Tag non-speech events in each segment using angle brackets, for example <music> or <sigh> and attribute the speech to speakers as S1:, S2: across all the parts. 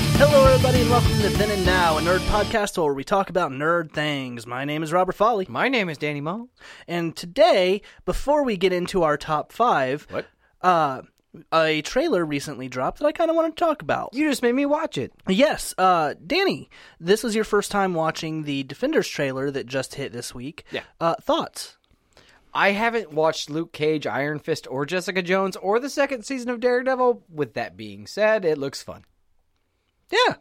S1: everybody, and welcome to Then and Now, a nerd podcast where we talk about nerd things. My name is Robert Folly,
S2: My name is Danny Mull.
S1: and today, before we get into our top five,
S2: What?
S1: Uh, a trailer recently dropped that I kind of want to talk about.
S2: You just made me watch it.
S1: Yes, uh, Danny, this is your first time watching the Defenders trailer that just hit this week.
S2: Yeah.
S1: Uh, thoughts?
S2: I haven't watched Luke Cage, Iron Fist, or Jessica Jones, or the second season of Daredevil. With that being said, it looks fun.
S1: Yeah.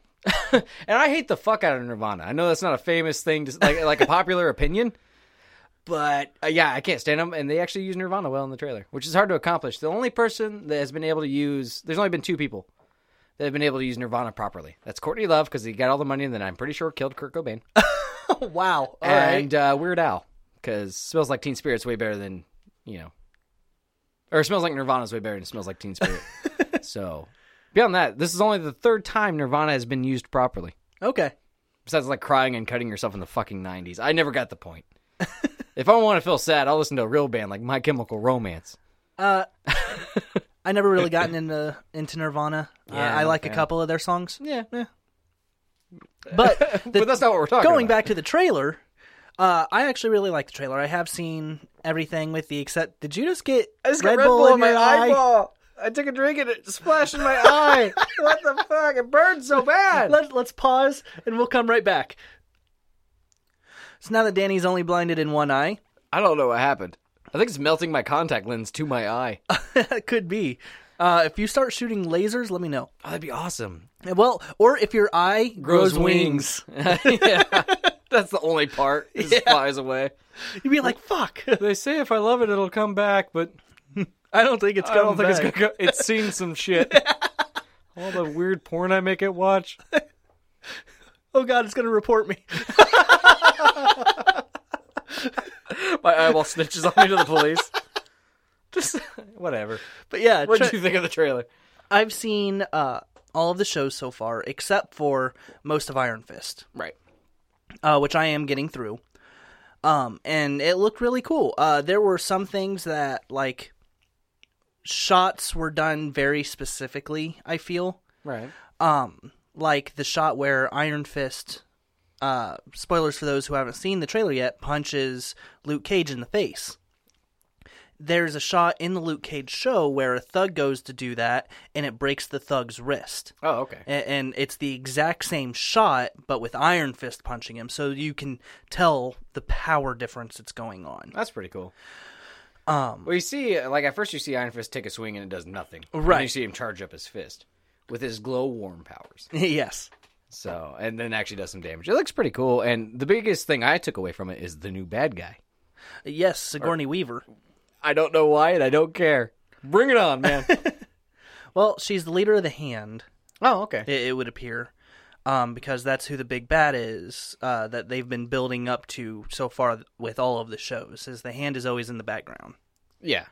S2: <laughs> and I hate the fuck out of Nirvana. I know that's not a famous thing, to, like like a popular opinion, but <laughs> uh, yeah, I can't stand them. And they actually use Nirvana well in the trailer, which is hard to accomplish. The only person that has been able to use there's only been two people that have been able to use Nirvana properly. That's Courtney Love because he got all the money, and then I'm pretty sure killed Kurt Cobain, oh,
S1: wow. All right.
S2: and uh, Weird Al because Smells Like Teen Spirit's way better than you know, or Smells Like Nirvana's way better than Smells Like Teen <laughs> Spirit. so beyond that, this is only the third time Nirvana has been used properly
S1: Okay.
S2: besides like crying and cutting yourself in the fucking 90s. I never got the <laughs> point. if I want to feel sad, I'll listen to a real band like My Chemical Romance. <laughs>
S1: Uh, I never really gotten into into Nirvana.
S2: Yeah,
S1: uh, I
S2: I'm a
S1: like a
S2: fan.
S1: couple of their songs,
S2: Yeah. <laughs>
S1: but the-
S2: but that's not what we're talking
S1: going
S2: about.
S1: back to the trailer, uh, I actually really like the trailer. I have seen everything with the except. Did you just get Red, Bull, in your eye?
S2: eyeball. I took a drink and it splashed in my <laughs> eye. what the fuck? It burned so bad.
S1: Let, let's pause and we'll come right back. So now that Danny's only blinded in one eye, <laughs>
S2: I don't know what happened. I think it's melting my contact lens to my eye. <laughs> Oh,
S1: could be. Uh, if you start shooting lasers, let me know.
S2: that'd be awesome.
S1: Well, or if your eye grows, wings,
S2: <laughs> yeah. That's the only part. It just flies away.
S1: you'd be like, "Fuck!" <laughs>
S2: They say if I love it, it'll come back, but
S1: I don't think it's
S2: I
S1: coming
S2: don't think it's
S1: back.
S2: gonna go. It's seen some <laughs> shit. All the weird porn I make it watch.
S1: Oh God, it's gonna report me. <laughs>
S2: My eyeball snitches on me to the police. <laughs> Just whatever.
S1: But yeah,
S2: What
S1: tra-
S2: did you think of the trailer?
S1: I've seen uh, all of the shows so far except for most of Iron Fist,
S2: Right.
S1: uh, which I am getting through. Um, and it looked really cool. Uh, there were some things that like shots were done very specifically. I feel
S2: Right.
S1: um, like the shot where Iron Fist. Uh, spoilers for those who haven't seen the trailer yet. Punches Luke Cage in the face. There's a shot in the Luke Cage show where a thug goes to do that, and it breaks the thug's wrist
S2: Oh, okay.
S1: and, and it's the exact same shot but with iron fist punching him so you can tell the power difference that's going on <laughs>
S2: That's pretty cool. Um. Well, you see, like at first you see Iron Fist take a swing and it does nothing. And then
S1: Right.
S2: you see him charge up his fist with his glow warm powers.
S1: yes
S2: So, and then actually does some damage. It looks pretty cool. And the biggest thing I took away from it is the new bad guy.
S1: yes sigourney weaver
S2: I don't know why, and I don't care. Bring it on, man.
S1: well she's the leader of the hand
S2: <laughs> oh, okay.
S1: it, it would appear um, because that's who the big bad is uh, that they've been building up to so far with all of the shows is the hand is always in the background
S2: Yeah.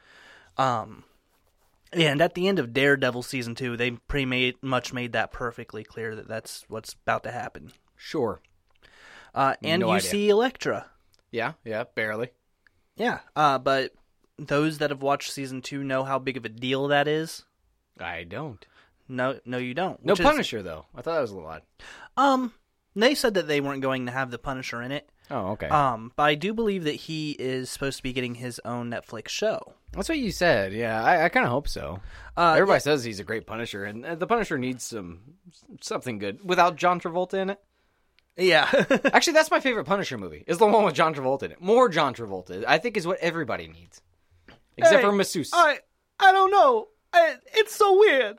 S1: and at the end of daredevil season two they pretty made, much made that perfectly clear that that's what's about to happen
S2: Sure.
S1: uh, and
S2: No
S1: you
S2: idea.
S1: see elektra
S2: Yeah, yeah, barely.
S1: Yeah, uh, but those that have watched season two know how big of a deal that is.
S2: I don't.
S1: No, no, you don't.
S2: No
S1: which is-
S2: Punisher though. I thought that was a lot.
S1: Um, they said that they weren't going to have the Punisher in it.
S2: Oh, okay.
S1: Um, but I do believe that he is supposed to be getting his own Netflix show.
S2: That's what you said. Yeah, I, I kind of hope so.
S1: Uh,
S2: Everybody says he's a great Punisher, and uh, the Punisher needs some something good without John Travolta in it.
S1: <laughs> Yeah,
S2: Actually, that's my favorite Punisher movie. Is the one with John Travolta in it. More John Travolta, I think, is what everybody needs, except
S1: Hey,
S2: for Masseuse.
S1: I, I don't know. I, it's so weird.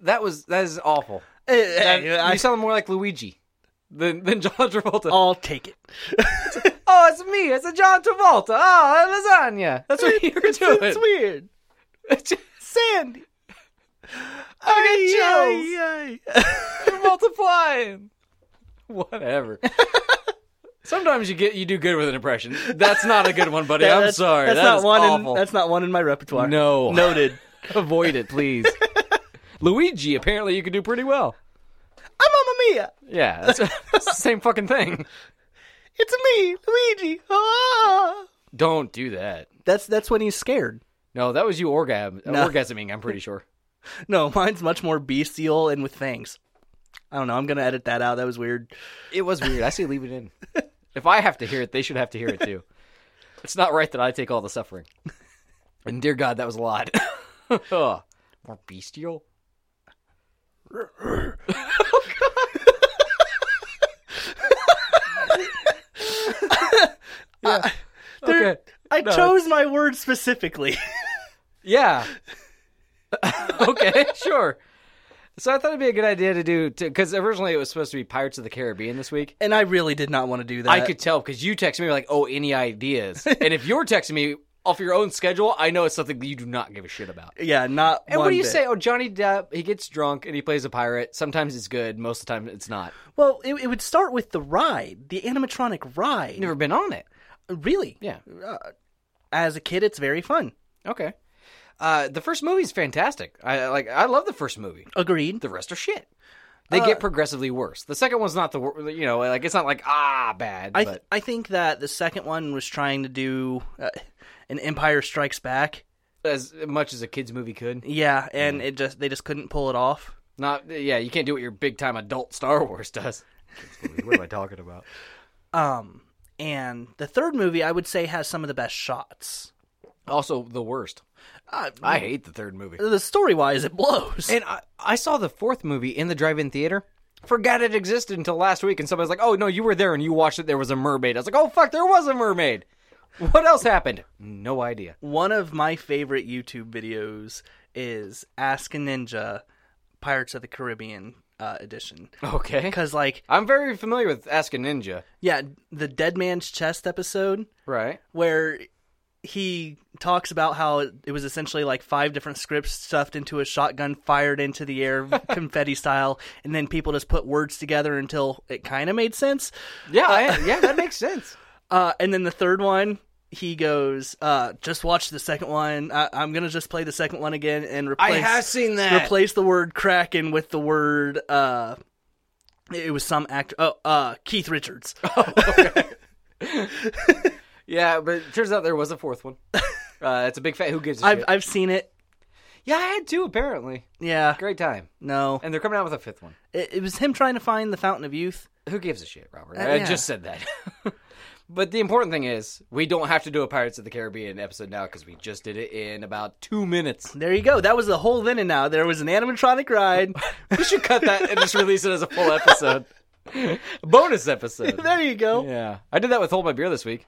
S2: That was that is awful.
S1: Eh,
S2: That- you sound more like Luigi than than John Travolta.
S1: I'll take it.
S2: Oh, it's me. It's a John Travolta. Oh, lasagna. That's what <laughs> you're doing.
S1: <laughs> It's weird.
S2: <laughs> Sandy,
S1: I got <laughs> chills.
S2: you're multiplying.
S1: <laughs>
S2: Whatever. Sometimes you get you do good with an impression. That's not a good one,
S1: <laughs>
S2: buddy.
S1: Yeah,
S2: I'm
S1: that's-
S2: sorry.
S1: That's
S2: That
S1: not
S2: is
S1: one.
S2: awful.
S1: In, that's not one in my repertoire. <laughs>
S2: No.
S1: noted.
S2: <laughs> Avoid
S1: <laughs>
S2: it, please. Luigi, apparently you can do pretty well.
S1: I'm Mamma Mia.
S2: Yeah, that's, <laughs> that's the same
S1: <laughs>
S2: fucking thing.
S1: It's me, Luigi. Ah!
S2: Don't do that.
S1: That's that's when he's scared.
S2: No, that was you orgasm,
S1: No.
S2: orgasming. I'm pretty sure.
S1: <laughs> No, mine's much more bestial and with fangs. I don't know. I'm gonna edit that out. That was weird.
S2: It was weird. I say leave it in. If I have to hear it, they should have to hear it too. It's not right that I take all the suffering. And dear God, that was a lot. <laughs> Ugh. More bestial. oh, God. yeah. <laughs> okay.
S1: I
S2: No,
S1: chose my words specifically. <laughs>
S2: Yeah. <laughs> okay, sure. So I thought it'd be a good idea to do because originally it was supposed to be Pirates of the Caribbean this week.
S1: and I really did not want to do that.
S2: I could tell because you texted me like, "Oh, any <laughs> ideas?" and if you're texting me off your own schedule, I know it's something that you do not give a shit about.
S1: Yeah, not.
S2: And what
S1: one
S2: do you
S1: bit.
S2: say? Oh, Johnny Depp, he gets drunk and he plays a pirate. Sometimes it's good, most of the time it's not.
S1: Well, it, it would start with the ride, the animatronic ride.
S2: Never been on it.
S1: Really? Uh,
S2: Yeah.
S1: As a kid, it's very fun.
S2: Okay. Uh, the first movie's fantastic. I like. I love the first movie.
S1: Agreed.
S2: The rest are shit. They get progressively worse. The second one's not the wor- you know like it's not like ah bad.
S1: I
S2: but
S1: th- I think that the second one was trying to do uh, an Empire Strikes Back.
S2: as much as a kids movie could.
S1: Yeah, and
S2: Mm.
S1: it just they just couldn't pull it off.
S2: Not yeah, you can't do what your big time adult Star Wars does. what am I talking about?
S1: Um, and the third movie I would say has some of the best shots.
S2: Also, the worst.
S1: Uh,
S2: I hate the third movie.
S1: the story wise, it blows.
S2: And I, I saw the fourth movie in the drive-in theater. Forgot it existed until last week, and somebody's like, "Oh no, you were there and you watched it. There was a mermaid." I was like, "Oh fuck, there was a mermaid." What else happened? No idea.
S1: <laughs> One of my favorite YouTube videos is Ask a Ninja, Pirates of the Caribbean uh, edition.
S2: <laughs> Okay,
S1: Because like,
S2: I'm very familiar with Ask a Ninja.
S1: yeah, the Dead Man's Chest episode
S2: Right.
S1: where he talks about how it it was essentially like five different scripts stuffed into a shotgun fired into the air confetti style and then people just put words together until it kind of made sense
S2: Yeah, I, yeah, that <laughs> makes sense.
S1: Uh, and then the third one, he goes, uh, "Just watch the second one. I- I'm gonna just play the second one again and replace.
S2: have seen that.
S1: Replace the word Kraken with the word. Uh, it was some actor. Oh, uh, Keith
S2: <laughs>
S1: Richards.
S2: Yeah, but it turns out there was a fourth <laughs> one. Uh, it's a big fat. Who gives a
S1: I've
S2: shit?
S1: I've seen it.
S2: Yeah, I had two apparently.
S1: Yeah.
S2: Great time.
S1: No,
S2: And they're coming out with a fifth one.
S1: it, it was him trying to find the Fountain of Youth.
S2: Who gives a shit, Robert?
S1: Uh,
S2: I
S1: yeah.
S2: just said that. <laughs> but the important thing is, we don't have to do a Pirates of the Caribbean episode now because we just did it in about two minutes. <laughs>
S1: There you go. That was the whole then and now. There was an animatronic ride. <laughs>
S2: We should cut that and just release it as a full episode. <laughs> Bonus episode.
S1: <laughs> there you go.
S2: Yeah. I did that with Hold My Beer this week.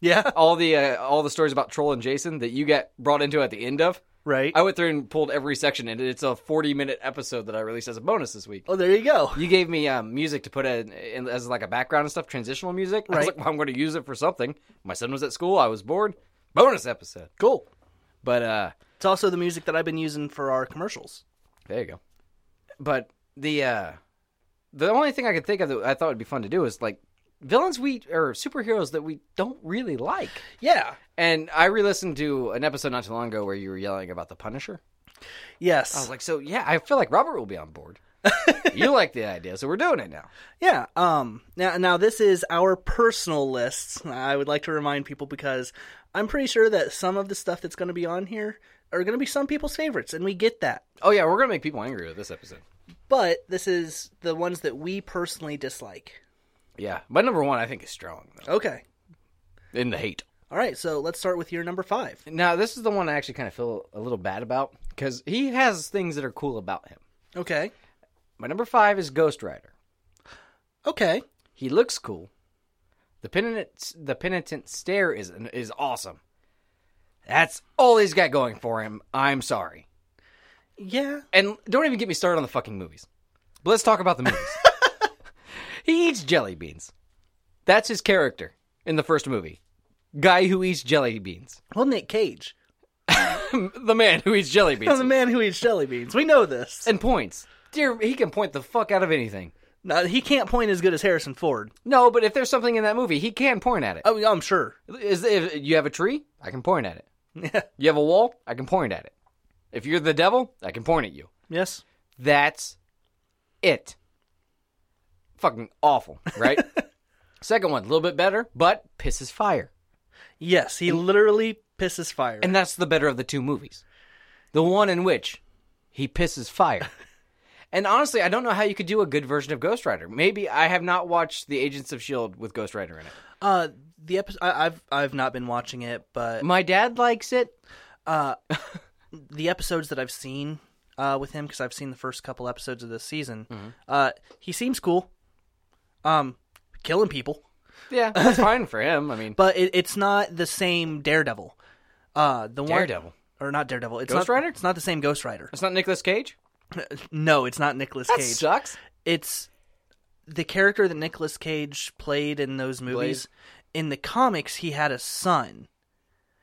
S1: Yeah.
S2: All the uh, all the stories about Troll and Jason that you got brought into at the end of.
S1: Right.
S2: I went through and pulled every section, and it's a 40 minute episode that I released as a bonus this week.
S1: oh, there you go.
S2: You gave me um, music to put in, in as like a background and stuff, transitional music. I was
S1: Right.
S2: like, well, I'm going to use it for something. My son was at school. I was bored. Bonus episode.
S1: Cool.
S2: But uh,
S1: It's also the music that I've been using for our commercials.
S2: there you go. But the uh, the only thing I could think of that I thought would be fun to do is like villains we or superheroes that we don't really like.
S1: Yeah.
S2: And I re-listened to an episode not too long ago where you were yelling about the Punisher.
S1: Yes.
S2: I was like, so yeah, I feel like Robert will be on board. you like the idea, so we're doing it now.
S1: Yeah. Um. Now, now this is our personal lists. I would like to remind people because I'm pretty sure that some of the stuff that's going to be on here are going to be some people's favorites, and we get that.
S2: Oh yeah, we're gonna make people angry with this episode.
S1: But this is the ones that we personally dislike.
S2: Yeah, my number one I think is strong though.
S1: Okay.
S2: in the hate.
S1: All right. So let's start with your number five.
S2: Now this is the one I actually kind of feel a little bad about because he has things that are cool about him.
S1: Okay.
S2: My number five is Ghost Rider.
S1: Okay.
S2: He looks cool. The penitent the penitent stare is is awesome. That's all he's got going for him. I'm sorry.
S1: Yeah.
S2: And don't even get me started on the fucking movies. But let's talk about the movies. <laughs> he eats jelly beans. That's his character in the first movie. Guy who eats jelly beans. <laughs>
S1: Well, Nick Cage,
S2: the man who eats jelly beans.
S1: the man who eats jelly beans. We know this.
S2: and points. Dear, he can point the fuck out of anything.
S1: Now, he can't point as good as Harrison Ford.
S2: No, but if there's something in that movie, he can point at it.
S1: Oh, I'm sure.
S2: Uh,
S1: <laughs>
S2: Is if you have a tree, I can point at it.
S1: Yeah.
S2: You have a wall, I can point at it. If you're the devil, I can point at you.
S1: Yes.
S2: That's it. Fucking awful, <laughs> right? Second one, a little bit better, but pisses fire.
S1: Yes. He literally pisses fire.
S2: And <laughs> that's the better of the two movies. The one in which he pisses fire. And honestly, I don't know how you could do a good version of Ghost Rider. Maybe I have not watched the Agents of Shield E with Ghost Rider in it.
S1: Uh, the episode I, I've I've not been watching it, but
S2: My dad likes it.
S1: uh, the episodes that I've seen uh, with him because I've seen the first couple episodes of this season,
S2: Mm-hmm.
S1: uh, he seems cool. Um, killing people,
S2: Yeah, that's fine for him. I mean,
S1: but it, it's not the same Daredevil. Uh, the
S2: <laughs> Daredevil.
S1: one or not Daredevil? It's
S2: Ghost
S1: not,
S2: Rider?
S1: It's not the same Ghost
S2: <laughs>
S1: Rider.
S2: It's not Nicolas Cage.
S1: No, it's not Nicolas
S2: That
S1: Cage.
S2: sucks.
S1: it's the character that Nicolas Cage played in those movies. In the comics, he had a son,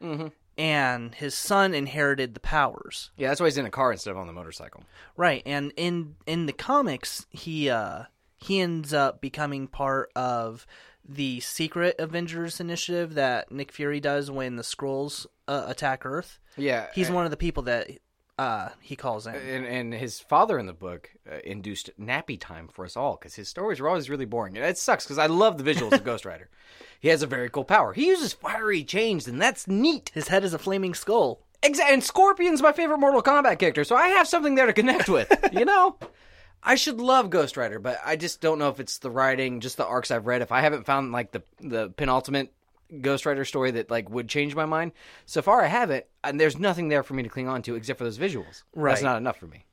S2: Mm-hmm.
S1: and his son inherited the powers.
S2: Yeah, that's why he's in a car instead of on the motorcycle.
S1: Right, and in in the comics, he uh, he ends up becoming part of the secret Avengers initiative that Nick Fury does when the Skrulls uh, attack Earth.
S2: Yeah, eh.
S1: He's
S2: and,
S1: one of the people that uh, he calls in.
S2: and, and his father in the book uh, induced nappy time for us all because his stories were always really boring. And it sucks because I love the visuals of Ghost <laughs> Rider. He has a very cool power. He uses fiery chains, and that's neat.
S1: His head is a flaming skull.
S2: Exactly. And Scorpion's my favorite Mortal Kombat character, so I have something there to connect with. <laughs> you know, I should love Ghost Rider, but I just don't know if it's the writing, just the arcs I've read. If I haven't found like the the penultimate Ghost Rider story that like would change my mind, so far I haven't, and there's nothing there for me to cling on to except for those visuals.
S1: Right.
S2: That's not enough for me.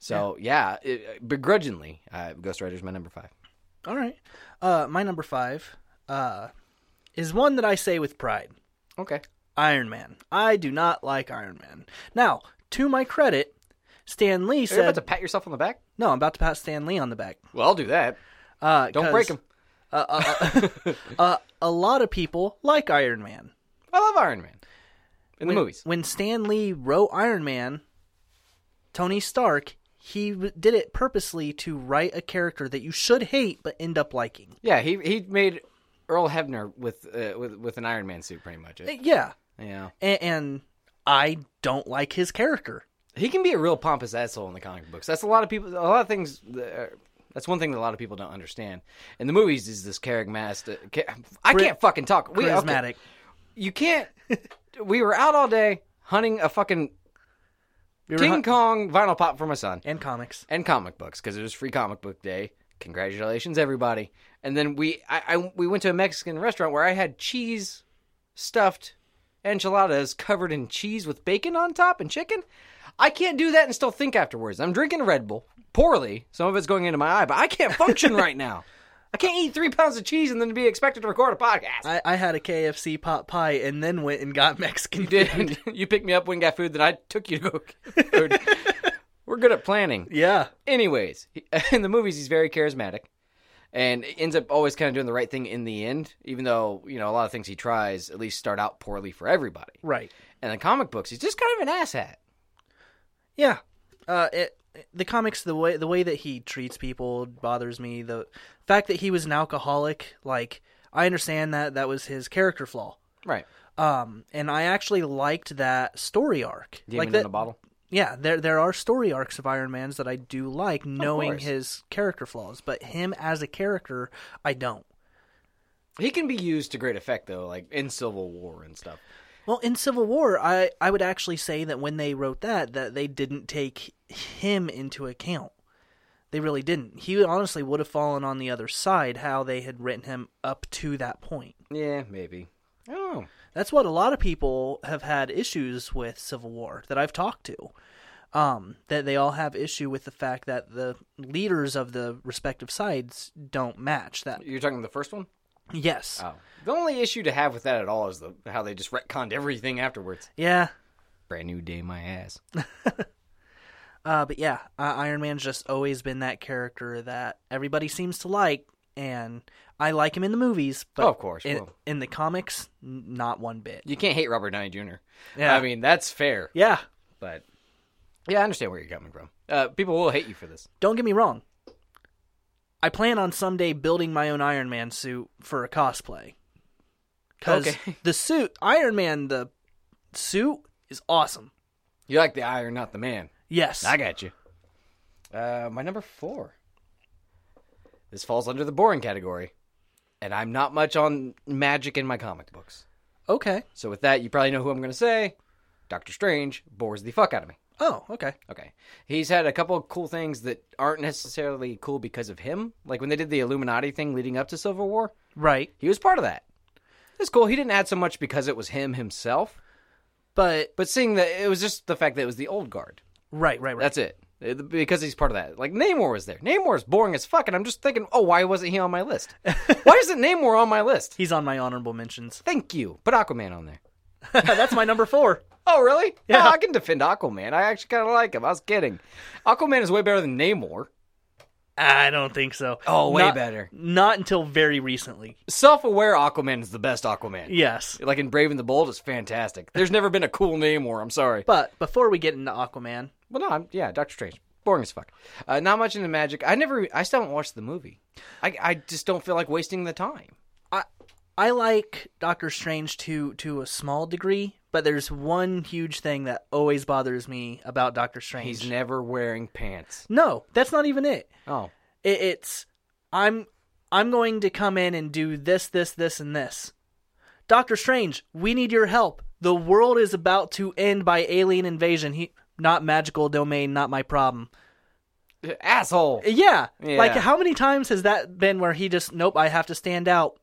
S2: So yeah, it, begrudgingly, uh, Ghost Rider's my number five.
S1: All right. Uh, my number five uh, is one that I say with pride
S2: Okay.
S1: Iron Man. I do not like Iron Man. Now, to my credit, Stan Lee
S2: You're about
S1: said.
S2: to pat yourself on the back.
S1: No, I'm about to pat Stan Lee on the back.
S2: Well, I'll do that.
S1: Uh,
S2: Don't
S1: 'cause,
S2: break him.
S1: Uh, a lot of people like Iron Man.
S2: I love Iron Man in the movies.
S1: When Stan Lee wrote Iron Man, Tony Stark, he w- did it purposely to write a character that you should hate but end up liking.
S2: Yeah, he he made Earl Hebner with uh, with with an Iron Man suit, pretty much. It-
S1: Yeah.
S2: Yeah,
S1: A- and I don't like his character.
S2: he can be a real pompous asshole in the comic books. That's a lot of people. A lot of things. That are, that's one thing that a lot of people don't understand. In the movies, is this charismatic? I can't fucking talk. We, okay.
S1: Charismatic.
S2: You can't. we were out all day hunting a fucking
S1: We were
S2: King
S1: hun-
S2: Kong vinyl pop for my son.
S1: and comics.
S2: and comic books because it was free comic book day. Congratulations, everybody! And then we, I, I, we went to a Mexican restaurant where I had cheese stuffed enchiladas covered in cheese with bacon on top and chicken. I can't do that and still think afterwards. I'm drinking a Red Bull poorly. Some of it's going into my eye, but I can't <laughs> function right now. I can't eat three pounds of cheese and then be expected to record a podcast.
S1: I, I had a KFC pot pie and then went and got <laughs> Mexican
S2: You did. <laughs> you picked me up when you got food, then I took you to <laughs> go get food. We're good at planning.
S1: Yeah.
S2: Anyways, he- <laughs> in the movies, he's very charismatic and ends up always kind of doing the right thing in the end, even though, you know, a lot of things he tries at least start out poorly for everybody.
S1: Right.
S2: And in comic books, he's just kind of an asshat.
S1: Yeah. Uh, it, the comics, the way the way that he treats people bothers me. The fact that he was an alcoholic, like I understand that that was his character flaw.
S2: Right.
S1: Um, and I actually liked that story arc.
S2: Demon
S1: like
S2: in
S1: that,
S2: a bottle.
S1: yeah, there there are story arcs of Iron Man's that I do like, knowing
S2: course.
S1: his character flaws. But him as a character, I don't.
S2: He can be used to great effect, though, like in Civil War and stuff.
S1: Well, in Civil War, I, I would actually say that when they wrote that, that they didn't take him into account. They really didn't. He honestly would have fallen on the other side how they had written him up to that point.
S2: Yeah, maybe. Oh.
S1: That's what a lot of people have had issues with Civil War that I've talked to. Um, that they all have issue with the fact that the leaders of the respective sides don't match that.
S2: You're talking the first one?
S1: Yes.
S2: Oh. The only issue to have with that at all is the how they just retconned everything afterwards.
S1: Yeah.
S2: Brand new day, my ass.
S1: Uh, but yeah, uh, Iron Man's just always been that character that everybody seems to like, and I like him in the movies, but
S2: Oh, of course,
S1: in,
S2: well.
S1: in the comics, n- not one bit.
S2: You can't hate Robert Downey Jr.
S1: Yeah.
S2: I mean, that's fair.
S1: Yeah,
S2: but yeah, I understand where you're coming from. Uh, people will hate you for this.
S1: don't get me wrong. I plan on someday building my own Iron Man suit for a cosplay. Because
S2: Okay. <laughs>
S1: the suit, Iron Man, the suit is awesome.
S2: You like the iron, not the man.
S1: Yes.
S2: got you. Uh, my number four. This falls under the boring category, and I'm not much on magic in my comic books.
S1: okay.
S2: So with that, you probably know who I'm going to say. Doctor Strange bores the fuck out of me.
S1: Oh, okay.
S2: Okay. He's had a couple of cool things that aren't necessarily cool because of him. Like when they did the Illuminati thing leading up to Civil War,
S1: Right.
S2: he was part of that. That's cool. He didn't add so much because it was him himself,
S1: But
S2: but seeing that it was just the fact that it was the old guard.
S1: right, right, right.
S2: That's it. It- Because he's part of that. Like Namor was there. Namor is boring as fuck, and I'm just thinking, oh, why wasn't he on my list? why isn't Namor on my list?
S1: He's on my honorable mentions. <laughs>
S2: Thank you. Put Aquaman on there.
S1: That's my number 4.
S2: Oh, really?
S1: Yeah.
S2: No, I can defend Aquaman. I actually kind of like him. I was kidding. Aquaman is way better than Namor.
S1: I don't think so.
S2: Oh, way
S1: Not-
S2: better.
S1: Not until very recently.
S2: Self-aware Aquaman is the best Aquaman.
S1: Yes.
S2: Like in Brave and the Bold, it's fantastic. There's never been a cool Namor. I'm sorry.
S1: But before we get into Aquaman,
S2: Well, no, I'm, yeah, Doctor Strange, boring as fuck. Uh, not much into magic. I never, I still haven't watched the movie. I, I just don't feel like wasting the time.
S1: I I like Doctor Strange to to a small degree, but there's one huge thing that always bothers me about Doctor Strange.
S2: He's never wearing
S1: <laughs>
S2: pants.
S1: no, that's not even it.
S2: Oh,
S1: it. It's I'm I'm going to come in and do this, this, this, and this. Doctor Strange, we need your help. The world is about to end by alien invasion. He not magical domain, not my problem.
S2: asshole.
S1: Yeah. Like
S2: Yeah.
S1: how many times has that been where he just nope, I have to stand out.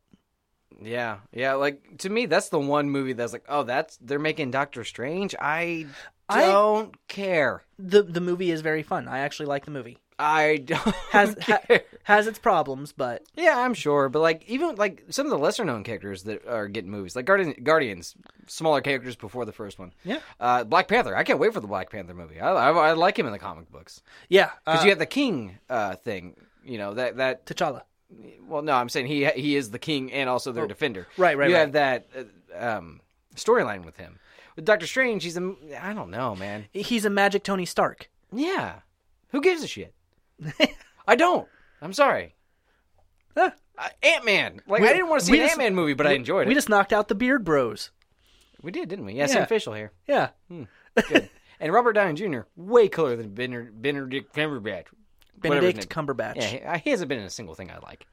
S2: Yeah, yeah. Like to me, that's the one movie that's like, oh, that's they're making Doctor Strange. I
S1: I-
S2: don't care.
S1: The the movie is very fun. I actually like the movie.
S2: I don't
S1: Has ha-
S2: <laughs> care.
S1: has its problems, but
S2: yeah, I'm sure, but like even like some of the lesser known characters that are getting movies, like Guardian, Guardians, smaller characters before the first one.
S1: Yeah.
S2: uh, Black Panther. I can't wait for the Black Panther movie. I, I, I like him in the comic books
S1: yeah,
S2: <laughs> because
S1: uh,
S2: you have the King uh, thing. You know that that
S1: T'Challa.
S2: well, no, I'm saying he he is the king and also their defender.
S1: Oh, right, right,
S2: You
S1: right.
S2: have that uh, um, storyline with him. With Doctor Strange, he's a I don't know, man.
S1: He's a magic Tony Stark.
S2: Yeah, who gives
S1: <laughs>
S2: a shit? I don't. I'm sorry.
S1: Huh.
S2: Uh, Ant Man. Like
S1: We-
S2: I didn't want to see
S1: we
S2: an
S1: just-
S2: Ant Man movie, but I
S1: Ah,
S2: enjoyed
S1: We
S2: it.
S1: just knocked out the Beard Bros.
S2: we did, didn't we? Yeah,
S1: Yeah.
S2: same facial hair.
S1: Yeah.
S2: Good. and Robert Downey Jr. way cooler than Benner- Benedict Cumberbatch. Whatever his
S1: Benedict Cumberbatch.
S2: name- Yeah, he, he hasn't been in a single thing I like.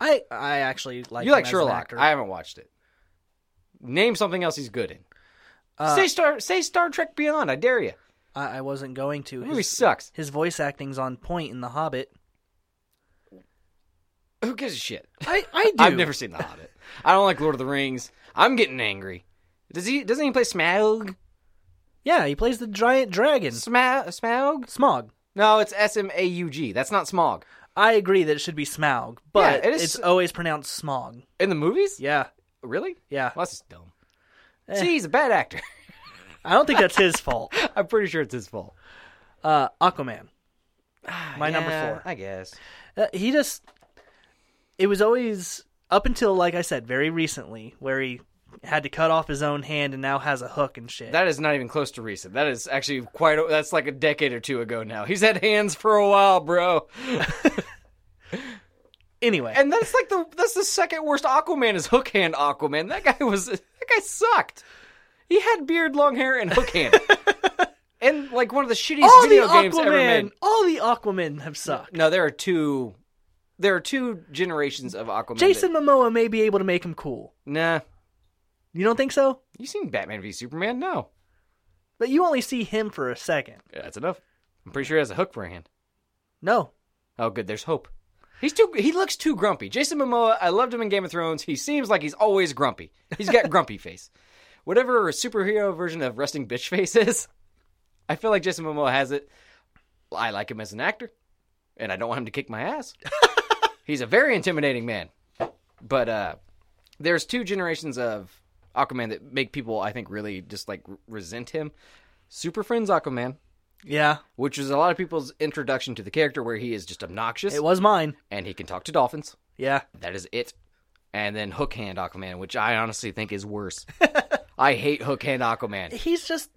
S1: I I actually like
S2: You
S1: him
S2: like
S1: as an
S2: Sherlock?
S1: actor.
S2: I haven't watched it. Name something else he's good in.
S1: Uh,
S2: say Star, say Star Trek Beyond. I dare you.
S1: I, I wasn't going to.
S2: The movie
S1: His,
S2: sucks.
S1: his voice acting's on point in The
S2: <laughs>
S1: Hobbit.
S2: Who gives a shit?
S1: I I do.
S2: I've never seen The Hobbit. I don't like Lord of the Rings. I'm getting angry. Does he? Doesn't he play Smaug?
S1: Yeah, he plays the giant dragon,
S2: Sma- Smaug?
S1: Smog.
S2: No, it's S M A U G. That's not Smog.
S1: I agree that it should be Smaug, but
S2: Yeah, it is-
S1: it's always pronounced Smog.
S2: In the movies?
S1: Yeah,
S2: Really?
S1: yeah. Eh.
S2: Well, that's just dumb. See, he's a bad actor.
S1: I don't think that's his
S2: <laughs>
S1: fault.
S2: I'm pretty sure it's his fault.
S1: Uh, Aquaman. My number
S2: Ah, Yeah,
S1: four.
S2: I guess.
S1: Uh, he just. It was always up until like I said, very recently, where he had to cut off his own hand and now has a hook and shit.
S2: That is not even close to recent. That is actually quite. A, that's like a decade or two ago now. He's had hands for a while, bro.
S1: anyway,
S2: And that's like the that's the second worst Aquaman is Hook Hand Aquaman. That guy was that guy sucked. He had beard, long hair, and hook <laughs> hand, and like one of the shittiest
S1: all the
S2: video games ever made.
S1: Aquaman, all the Aquaman have sucked.
S2: No, there are two. There are two generations of Aquaman. that-
S1: Jason Momoa may be able to make him cool.
S2: nah,
S1: You don't think so?
S2: you seen Batman v Superman? No,
S1: But you only see him for a second.
S2: Yeah, that's enough. I'm pretty sure he has a hook for a hand.
S1: No.
S2: Oh, good. There's hope. He's too. He looks too grumpy. Jason Momoa. I loved him in Game of Thrones. He seems like he's always grumpy. He's got grumpy <laughs> face. Whatever a superhero version of resting bitch <laughs> face is, I feel like Jason Momoa has it. I like him as an actor, and I don't want him to kick my ass. he's a very intimidating man. But uh, there's two generations of Aquaman that make people, I think, really just like r- resent him. Super Friends Aquaman,
S1: Yeah,
S2: which is a lot of people's introduction to the character, where he is just obnoxious
S1: it was mine.
S2: and he can talk to dolphins.
S1: Yeah.
S2: That is it. And then Hook Hand Aquaman, which I honestly think is worse. I hate Hook Hand Aquaman.
S1: He's just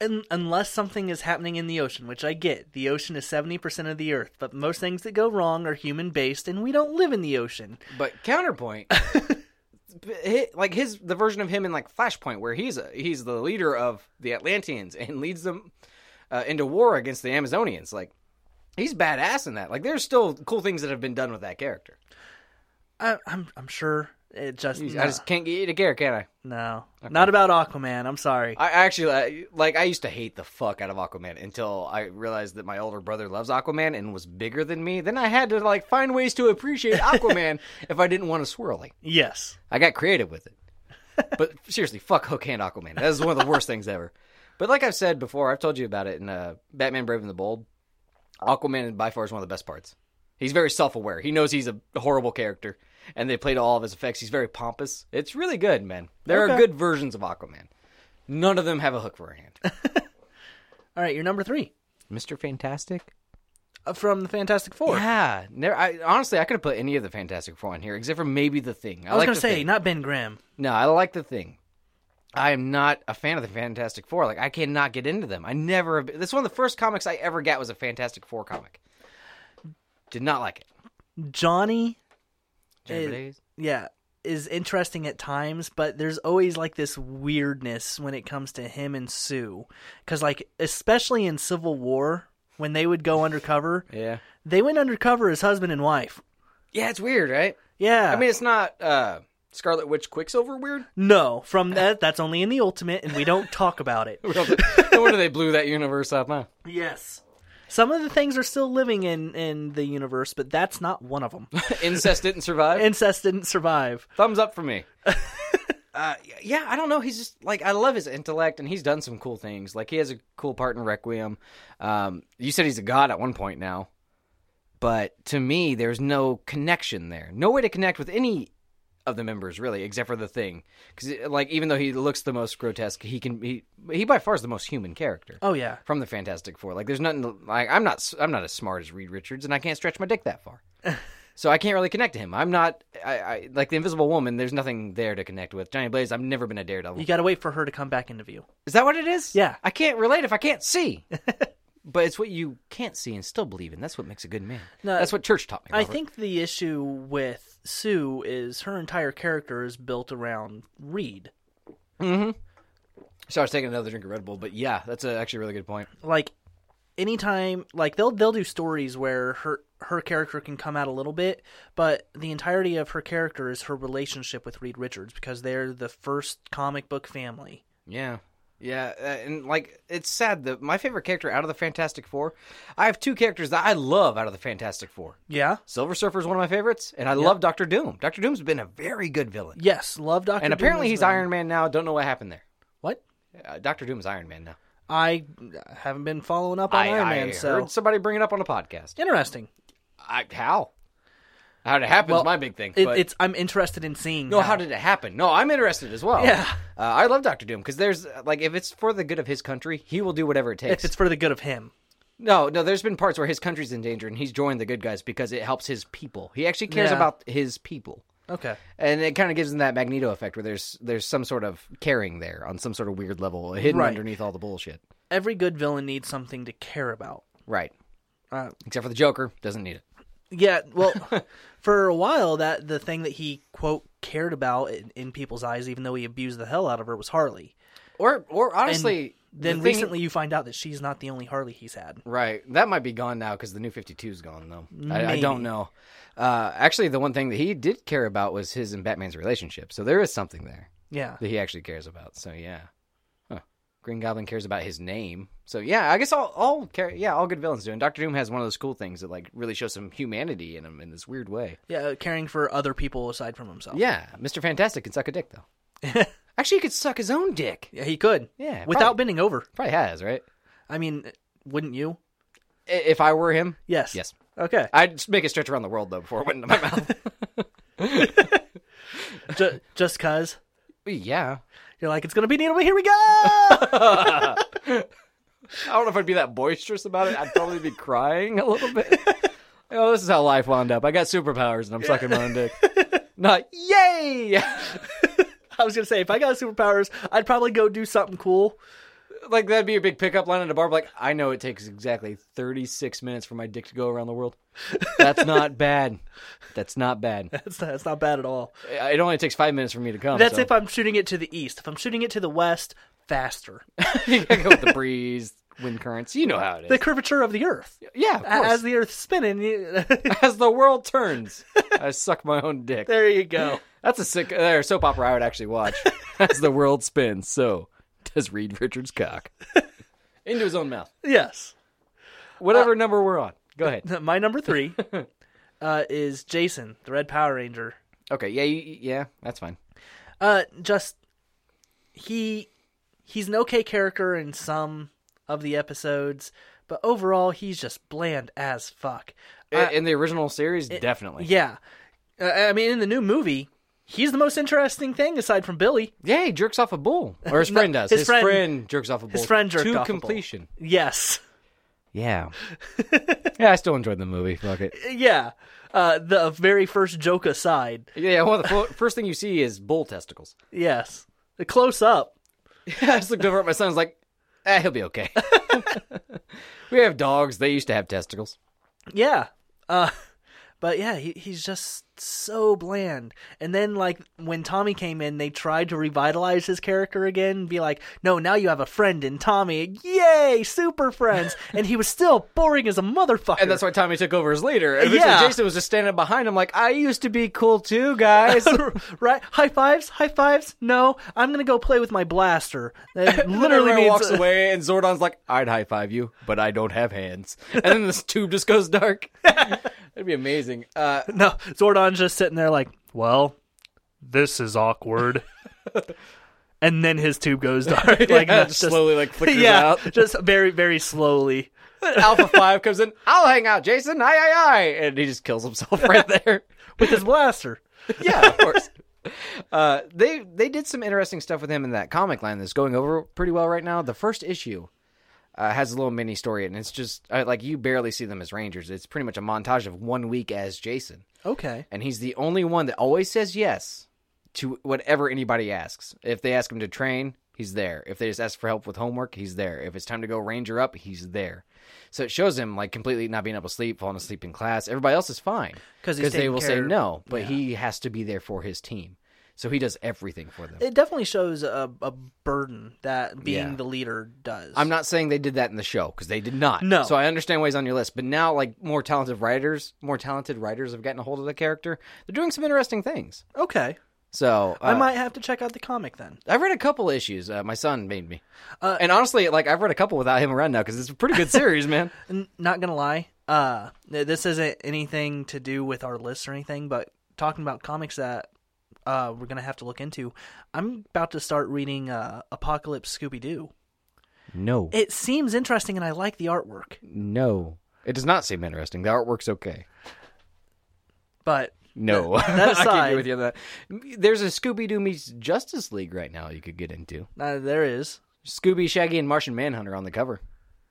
S1: un- unless something is happening in the ocean, which I get. The ocean is 70% of the earth, but most things that go wrong are human based and we don't live in the ocean.
S2: But counterpoint, hi- like his the version of him in like Flashpoint, where he's a, he's the leader of the Atlanteans and leads them uh, into war against the Amazonians. Like he's badass in that. Like there's still cool things that have been done with that character.
S1: I I'm I'm sure It just,
S2: I
S1: no.
S2: just can't get you to care, can I?
S1: no. Not about Aquaman. I'm sorry.
S2: I actually I- like. I used to hate the fuck out of Aquaman until I realized that my older brother loves Aquaman and was bigger than me. Then I had to like find ways to appreciate Aquaman if I didn't want a swirly.
S1: yes.
S2: I got creative with it.
S1: <laughs>
S2: But seriously, fuck Hook Hand Aquaman. That is one of the worst things ever. But like I've said before, I've told you about it in uh, Batman Brave and the Bold. Aquaman by far is one of the best parts. He's very self aware. He knows he's a horrible character, and they played all of his effects. He's very pompous. It's really good, man. There are
S1: Okay.
S2: good versions of Aquaman. None of them have a hook for
S1: <laughs>
S2: a hand.
S1: All right, you're number three
S2: Mr. Fantastic?
S1: uh, from the Fantastic Four.
S2: Yeah. Never, I, honestly, I could have put any of the Fantastic Four on here, except for maybe The Thing.
S1: I was
S2: like
S1: gonna
S2: The
S1: say
S2: Thing.
S1: not Ben Grimm.
S2: No, I like the thing. I am not a fan of the Fantastic Four. Like I cannot get into them. I never. This is one of the first comics I ever got was a Fantastic Four comic. Did not like it.
S1: Johnny,
S2: Remember
S1: It-
S2: these?
S1: yeah, is interesting at times, but there's always like this weirdness when it comes to him and Sue, because like especially in Civil War when they would go undercover,
S2: Yeah.
S1: they went undercover as husband and wife.
S2: Yeah, it's weird, right?
S1: Yeah,
S2: I mean, it's not uh, Scarlet Witch Quicksilver weird.
S1: no, from that that's only in the Ultimate, and we don't talk about
S2: <laughs>
S1: it.
S2: no wonder they blew that universe up, huh?
S1: Yes. Some of the things are still living in in the universe, but that's not one of them.
S2: <laughs> Incest didn't survive.
S1: Incest didn't survive.
S2: Thumbs up for me. <laughs> uh, yeah, I don't know. He's just like I love his intellect, and he's done some cool things. Like he has a cool part in Requiem. Um, you said he's a god at one point now, but to me, there's no connection there. No way to connect with any of the members really, except for the thing. Because like even though he looks the most grotesque, he can he he by far is the most human character.
S1: Oh yeah.
S2: From the Fantastic Four, like there's nothing. to- Like I'm not, s- I'm not as smart as Reed Richards, and I can't stretch my dick
S1: <laughs>
S2: that far. So I can't really connect to him. I'm not I, I like the Invisible Woman. There's nothing there to connect with. Johnny Blaze. I've never been a daredevil.
S1: You got to wait for her to come back into view.
S2: Is that what it is?
S1: Yeah.
S2: I can't relate if I
S1: <laughs>
S2: can't see. but it's what you can't see and still believe in. That's what makes a good man.
S1: No,
S2: That's what church taught me.
S1: I
S2: Robert.
S1: think the issue with Sue is her entire character is built around Reed.
S2: So I was taking another drink of Red Bull, but yeah, that's a, actually a really good point.
S1: Like anytime like they'll they'll do stories where her her character can come out a little bit, but the entirety of her character is her relationship with Reed Richards because they're the first comic book family.
S2: Yeah. Yeah, uh, and like it's sad that my favorite character out of the Fantastic Four, I have two characters that I love out of the Fantastic Four.
S1: Yeah?
S2: Silver Surfer is one of my favorites, and I love Doctor Doom. Doctor Doom's been a very good villain.
S1: Yes, love Doctor
S2: and apparently he's Iron Man now. Don't know what happened there.
S1: What?
S2: Uh, Doctor Doom is Iron Man now.
S1: I haven't been following up on Iron Man, so
S2: heard somebody bring it up on a podcast.
S1: interesting.
S2: I, how? How it happens? my big thing.
S1: It,
S2: but-
S1: it's I'm interested in seeing
S2: no, how did it happen? No, I'm interested as well.
S1: Yeah.
S2: uh, I love Doctor Doom because there's uh, like if it's for the good of his country, he will do whatever it
S1: if
S2: takes.
S1: it's for the good of him.
S2: No, no, there's been parts where his country's in danger and he's joined the good guys because it helps his people. He actually cares
S1: Yeah.
S2: about his people.
S1: Okay.
S2: and it kind of gives them that Magneto effect where there's there's some sort of caring there on some sort of weird level hidden
S1: Right.
S2: underneath all the bullshit.
S1: Every good villain needs something to care about.
S2: Right.
S1: Uh,
S2: Except for the Joker, doesn't need it.
S1: Yeah,
S2: <laughs>
S1: well, for a while that the thing that he quote cared about in, in people's eyes, even though he abused the hell out of her, was Harley.
S2: Or or honestly,
S1: Then
S2: the thing-
S1: recently, you find out that she's not the only Harley he's had.
S2: Right. That might be gone now because the new 52's gone, though. I, I
S1: Maybe.
S2: don't know. Uh, actually, the one thing that he did care about was his and Batman's relationship. So there is something there
S1: Yeah,
S2: that he actually cares about. So yeah. Huh. Green Goblin cares about his name. So yeah, I guess all, all care, yeah, all good villains do. And Doctor Doom has one of those cool things that like really shows some humanity in him in this weird way.
S1: yeah, uh, caring for other people aside from himself.
S2: Yeah, Mr. Fantastic can suck a dick though. <laughs> Actually, he could suck his own dick.
S1: Yeah, he could.
S2: Yeah,
S1: without
S2: probably.
S1: bending over.
S2: Probably has, right?
S1: I mean, wouldn't you?
S2: I- If I were him,
S1: Yes.
S2: Yes. <laughs>
S1: Okay.
S2: I'd just make it stretch around the world though before it went into my <laughs> mouth.
S1: Ju- just cause
S2: yeah,
S1: you're like, it's gonna be needle. Here
S2: <laughs>
S1: we go.
S2: I don't know if I'd be that boisterous about it. I'd probably be crying a little bit. <laughs> Oh, this is how life wound up. I got superpowers and I'm sucking my own dick. <laughs> Not yay!
S1: I was gonna say, if I got superpowers, I'd probably go do something cool.
S2: like that'd be a big pickup line at a bar. but, Like I know it takes exactly 36 minutes for my dick to go around the world. That's
S1: <laughs>
S2: not bad. That's not bad.
S1: That's not, that's not bad at all.
S2: It only takes five minutes for me to come.
S1: That's
S2: so.
S1: if I'm shooting it to the east. If I'm shooting it to the west, faster.
S2: <laughs> you gotta go with the breeze, wind currents. You know how it is.
S1: the curvature of the earth.
S2: yeah, <laughs> of course.
S1: As the earth's spinning, you- <laughs>
S2: As the world turns, I suck my own dick. <laughs>
S1: there you go.
S2: That's a sick uh, soap opera I would
S1: <laughs>
S2: actually watch. As the world spins, so does Reed Richards' cock into his own mouth.
S1: Yes. Uh,
S2: Whatever number we're on, go ahead.
S1: My number
S2: <laughs>
S1: three uh, is Jason, the Red Power Ranger.
S2: Okay, yeah, you, yeah, that's fine.
S1: Uh, just he he's an okay character in some of the episodes, but overall he's just bland as fuck. Uh,
S2: In- in the original series, definitely.
S1: Yeah, uh, I mean in the new movie, he's the most interesting thing aside from Billy.
S2: Yeah, he jerks off a bull, or
S1: <laughs>
S2: his
S1: No,
S2: friend does.
S1: his
S2: His,
S1: friend-
S2: friend, jerks off a bull.
S1: His friend jerked
S2: to
S1: off a bull.
S2: completion.
S1: Yes, <laughs>
S2: Yeah, yeah, I still enjoyed the movie. Fuck it.
S1: yeah. Uh, the very first joke aside,
S2: Yeah, well, the fo- first thing you see is bull testicles. <laughs>
S1: yes, the close up.
S2: I just looked over at my son. I was like, eh, he'll be okay. <laughs> we have dogs. They used to have testicles.
S1: Yeah. Uh <laughs> but yeah, he, he's just so bland. And then like when Tommy came in, they tried to revitalize his character again and be like, "No, now you have a friend in Tommy. Yay, super
S2: <laughs>
S1: friends." and he was still boring as a motherfucker. <laughs>
S2: And that's why Tommy took over as leader. And Originally,
S1: Yeah.
S2: Jason was just standing behind him, like, I used to be cool too, guys.
S1: right? High fives, high fives. No, I'm going to go play with my blaster.
S2: <laughs>
S1: That <laughs> literally
S2: Literally
S1: means
S2: walks away, and Zordon's like, I'd high five you, but I don't have hands. And then this tube just goes dark. <laughs> That'd be amazing. Uh,
S1: <laughs> No, Zordon's just sitting there like, "Well, this is
S2: <laughs>
S1: awkward." and then his tube goes dark. Like
S2: Yeah,
S1: that's
S2: just
S1: just-
S2: slowly, like, flickers
S1: <laughs> yeah,
S2: out.
S1: just very very slowly.
S2: Alpha 5 comes in, I'll hang out, Jason. Aye, aye, aye. And he just kills himself <laughs> right there.
S1: with his blaster.
S2: yeah, <laughs> of course. Uh, they they did some interesting stuff with him in that comic line that's going over pretty well right now. The first issue uh, has a little mini story, and it's just uh, like you barely see them as Rangers. It's pretty much a montage of one week as Jason,
S1: Okay.
S2: and he's the only one that always says yes to whatever anybody asks. If they ask him to train, he's there. If they just ask for help with homework, he's there. If it's time to go Ranger up, he's there. So it shows him like completely not being able to sleep, falling asleep in class. Everybody else is fine
S1: 'Cause he's
S2: because they
S1: taking
S2: will say
S1: care-
S2: no, but he has to be there for his team. So he does everything for them.
S1: It definitely shows a, a burden that being
S2: Yeah.
S1: the leader does.
S2: I'm not saying they did that in the show because they did not.
S1: No.
S2: So I understand why he's on your list, but now like more talented writers, more talented writers have gotten a hold of the character. They're doing some interesting things.
S1: okay.
S2: So
S1: I
S2: uh,
S1: might have to check out the comic then.
S2: I've read a couple issues. Uh, my son made me, and honestly, like I've read a couple without him around now because it's a pretty good series, man.
S1: N- not gonna lie, uh, th- this isn't anything to do with our list or anything, but talking about comics that uh, we're gonna have to look into. I'm about to start reading uh, Apocalypse Scooby Doo.
S2: <laughs> No,
S1: It seems interesting, and I like the artwork,
S2: no, it does not seem interesting. The artwork's okay.
S1: but
S2: No,
S1: that
S2: <laughs> I can't
S1: aside-
S2: agree with you on that. There's a Scooby Doo meets Justice League right now you could get into.
S1: uh, there is.
S2: Scooby, Shaggy, and Martian Manhunter on the cover.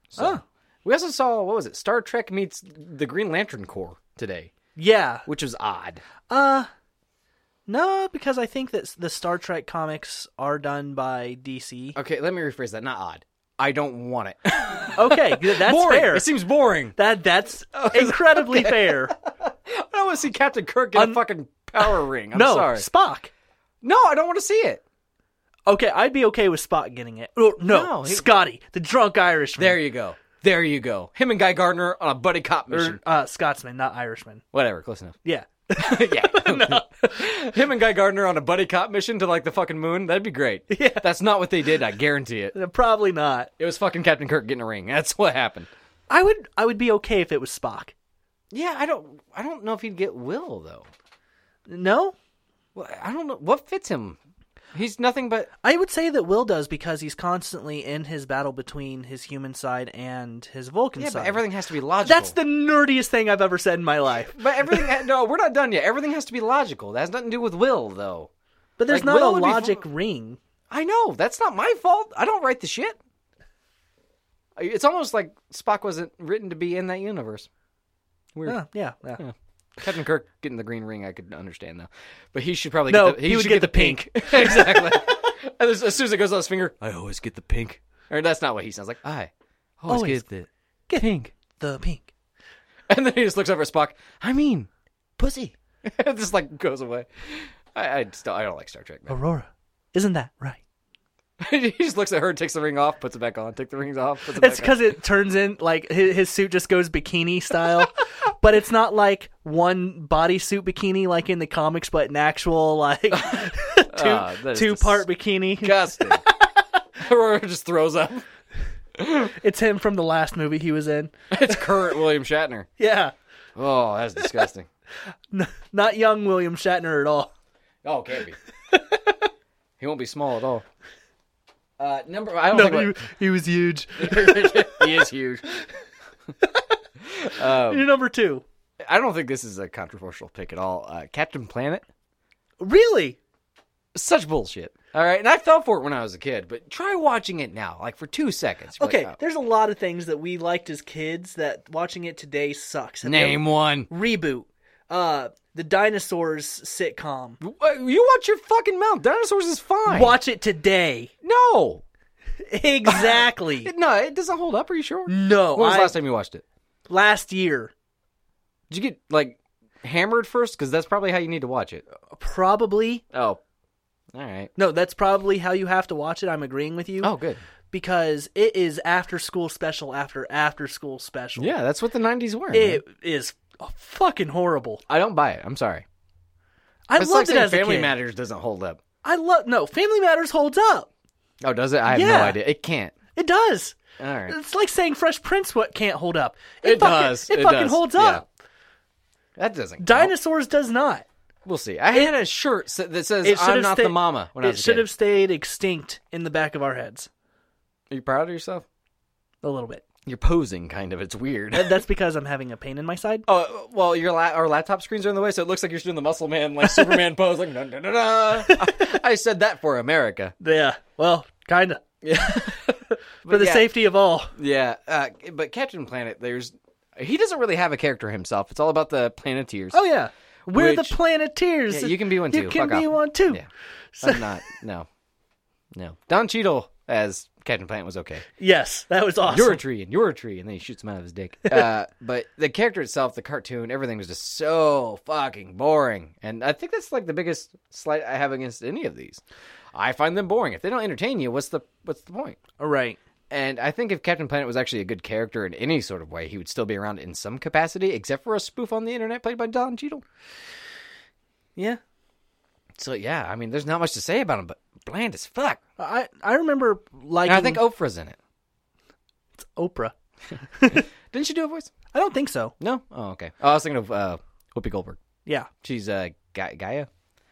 S2: So.
S1: Oh.
S2: We also saw what was it? Star Trek meets the Green Lantern Corps today,
S1: Yeah,
S2: which was odd.
S1: Uh, no, because I think that s- the Star Trek comics are done by DC.
S2: Okay, let me rephrase that. Not odd. I don't want it.
S1: Okay, th- that's
S2: boring. Oh,
S1: fair.
S2: It seems boring.
S1: That
S2: <laughs>
S1: that's incredibly fair.
S2: I don't want to see Captain Kirk in a fucking power ring. I'm
S1: No,
S2: sorry.
S1: Spock.
S2: No, I don't want to see it.
S1: Okay, I'd be okay with Spock getting it. Oh, no,
S2: No, he-
S1: Scotty, the drunk Irishman.
S2: There you go. There you go. Him and Guy Gardner on a buddy cop mission.
S1: Or, uh, Scotsman, not Irishman.
S2: Whatever, close enough.
S1: Yeah.
S2: <laughs>
S1: <laughs>
S2: yeah. Him and Guy Gardner on a buddy cop mission to like the fucking moon. That'd be <laughs> great.
S1: Yeah.
S2: That's not what they did. I guarantee it.
S1: Probably not.
S2: It was fucking Captain Kirk getting a ring. That's what happened.
S1: I would I would be okay if it was Spock.
S2: Yeah, I don't. I don't know if he'd get Will though.
S1: No?
S2: Well, I don't know what fits him. He's nothing but
S1: I would say that Will does because he's constantly in his battle between his human side and his Vulcan
S2: yeah.
S1: side.
S2: But everything has to be logical.
S1: That's the nerdiest thing I've ever said in my life.
S2: But everything. no, we're not done yet. Everything has to be logical. That has nothing to do with Will though.
S1: But there's not
S2: Like, Willow
S1: a
S2: would be
S1: logic ring.
S2: I know that's not my fault. I don't write the shit. It's almost like Spock wasn't written to be in that universe. Weird.
S1: Huh, yeah, yeah.
S2: Captain Kirk getting the green ring, I could understand though, but he should probably
S1: No,
S2: get the,
S1: he would
S2: should
S1: get the <laughs>
S2: exactly. <laughs> And as, as soon as it goes on his finger, I always get the pink. Or that's not what he sounds like. I always,
S1: Always
S2: get the
S1: get-
S2: pink.
S1: The pink.
S2: <laughs> And then he just looks over at Spock. I mean, pussy. <laughs> it just like goes away. I, I still I don't like Star Trek. Man. <laughs>
S1: Aurora. Isn't that right?
S2: he just looks at her, takes the ring off, puts it back on, takes the rings off, puts it
S1: It's
S2: back on.
S1: because it turns in, like, his, his suit just goes bikini style. <laughs> but it's not like one bodysuit bikini like in the comics, but an actual like <laughs> two
S2: Ah, that is
S1: part bikini.
S2: Disgusting. <laughs> Aurora just throws up.
S1: It's him from the last movie he was in.
S2: It's current William Shatner.
S1: Yeah,
S2: Oh, that's disgusting.
S1: N- not young William Shatner at all.
S2: Oh, can't be. he won't be small at all. Uh, number I don't
S1: No, he,
S2: think
S1: he was huge.
S2: <laughs> he is huge. um,
S1: You're number two.
S2: I don't think this is a controversial pick at all. Uh, Captain Planet,
S1: Really?
S2: such bullshit. All right, and I fell for it when I was a kid, but try watching it now, like for two seconds. You're like,
S1: Okay,
S2: oh.
S1: there's a lot of things that we liked as kids that watching it today sucks.
S2: name one.
S1: reboot. Uh, the dinosaurs sitcom.
S2: You watch your fucking mouth. Dinosaurs is fine.
S1: Watch it today.
S2: No,
S1: Exactly.
S2: It- no, it doesn't hold up. Are you
S1: <laughs>
S2: sure?
S1: no,
S2: When was
S1: I-
S2: the last time you watched it?
S1: last year.
S2: Did you get like hammered first? Because that's probably how you need to watch it.
S1: Probably.
S2: Oh, all right.
S1: No, that's probably how you have to watch it. I'm agreeing with you.
S2: Oh, good.
S1: Because it is after school special after after school special.
S2: Yeah, that's what the '90s were. man.
S1: It is fucking horrible.
S2: I don't buy it. I'm sorry.
S1: I
S2: It's like
S1: loved it
S2: saying
S1: as
S2: Family
S1: a kid.
S2: Matters doesn't hold up.
S1: I love no Family Matters holds up.
S2: Oh, does it? I have
S1: Yeah. Uh,
S2: no idea. It can't.
S1: It does.
S2: All right.
S1: It's like saying Fresh Prince what can't hold up.
S2: It
S1: fucking-
S2: does.
S1: It,
S2: It
S1: fucking
S2: does.
S1: holds up.
S2: That doesn't. count.
S1: Dinosaurs does not.
S2: We'll see. I had a shirt sa- that says
S1: It should
S2: "I'm
S1: have
S2: not
S1: sta-
S2: the mama." When I
S1: It
S2: was a
S1: should
S2: kid.
S1: have stayed extinct in the back of our heads
S2: Are you proud of yourself?
S1: a little bit.
S2: You're posing, kind of. It's weird.
S1: That's because I'm having a pain in my side.
S2: <laughs> Oh well, your la- our laptop screens are in the way, so it looks like you're doing the muscle man, like Superman pose, like <laughs> dun, dun,
S1: <laughs>
S2: dun, dun. I, I said that for America.
S1: Yeah. Well, kinda. <laughs>
S2: Yeah,
S1: For the
S2: yeah.
S1: safety of all.
S2: yeah. Uh, but Captain Planet, there's he doesn't really have a character himself. It's all about the Planeteers.
S1: Oh yeah. We're
S2: Which-
S1: the Planeteers.
S2: Yeah, you can be one
S1: You
S2: too.
S1: can
S2: Fuck
S1: be
S2: off.
S1: one too.
S2: Yeah. I'm not. No, no. Don Cheadle as Captain Planet was okay.
S1: Yes, that was awesome.
S2: You're a tree, and you're a tree, and then he shoots him out of his dick. Uh, but the character itself, the cartoon, everything was just so fucking boring. And I think that's like the biggest slight I have against any of these. I find them boring. If they don't entertain you, what's the what's the point?
S1: All right.
S2: And I think if Captain Planet was actually a good character in any sort of way, he would still be around in some capacity, except for a spoof on the internet played by Don Cheadle.
S1: Yeah.
S2: So yeah, I mean, there's not much to say about him, but bland as fuck.
S1: I I remember
S2: And
S1: liking
S2: I think Oprah's in it.
S1: Oprah.
S2: Didn't she do a voice?
S1: I don't think so.
S2: No. Oh, okay. Oh, I was thinking of uh, Whoopi Goldberg.
S1: Yeah.
S2: She's uh, Ga- Gaia.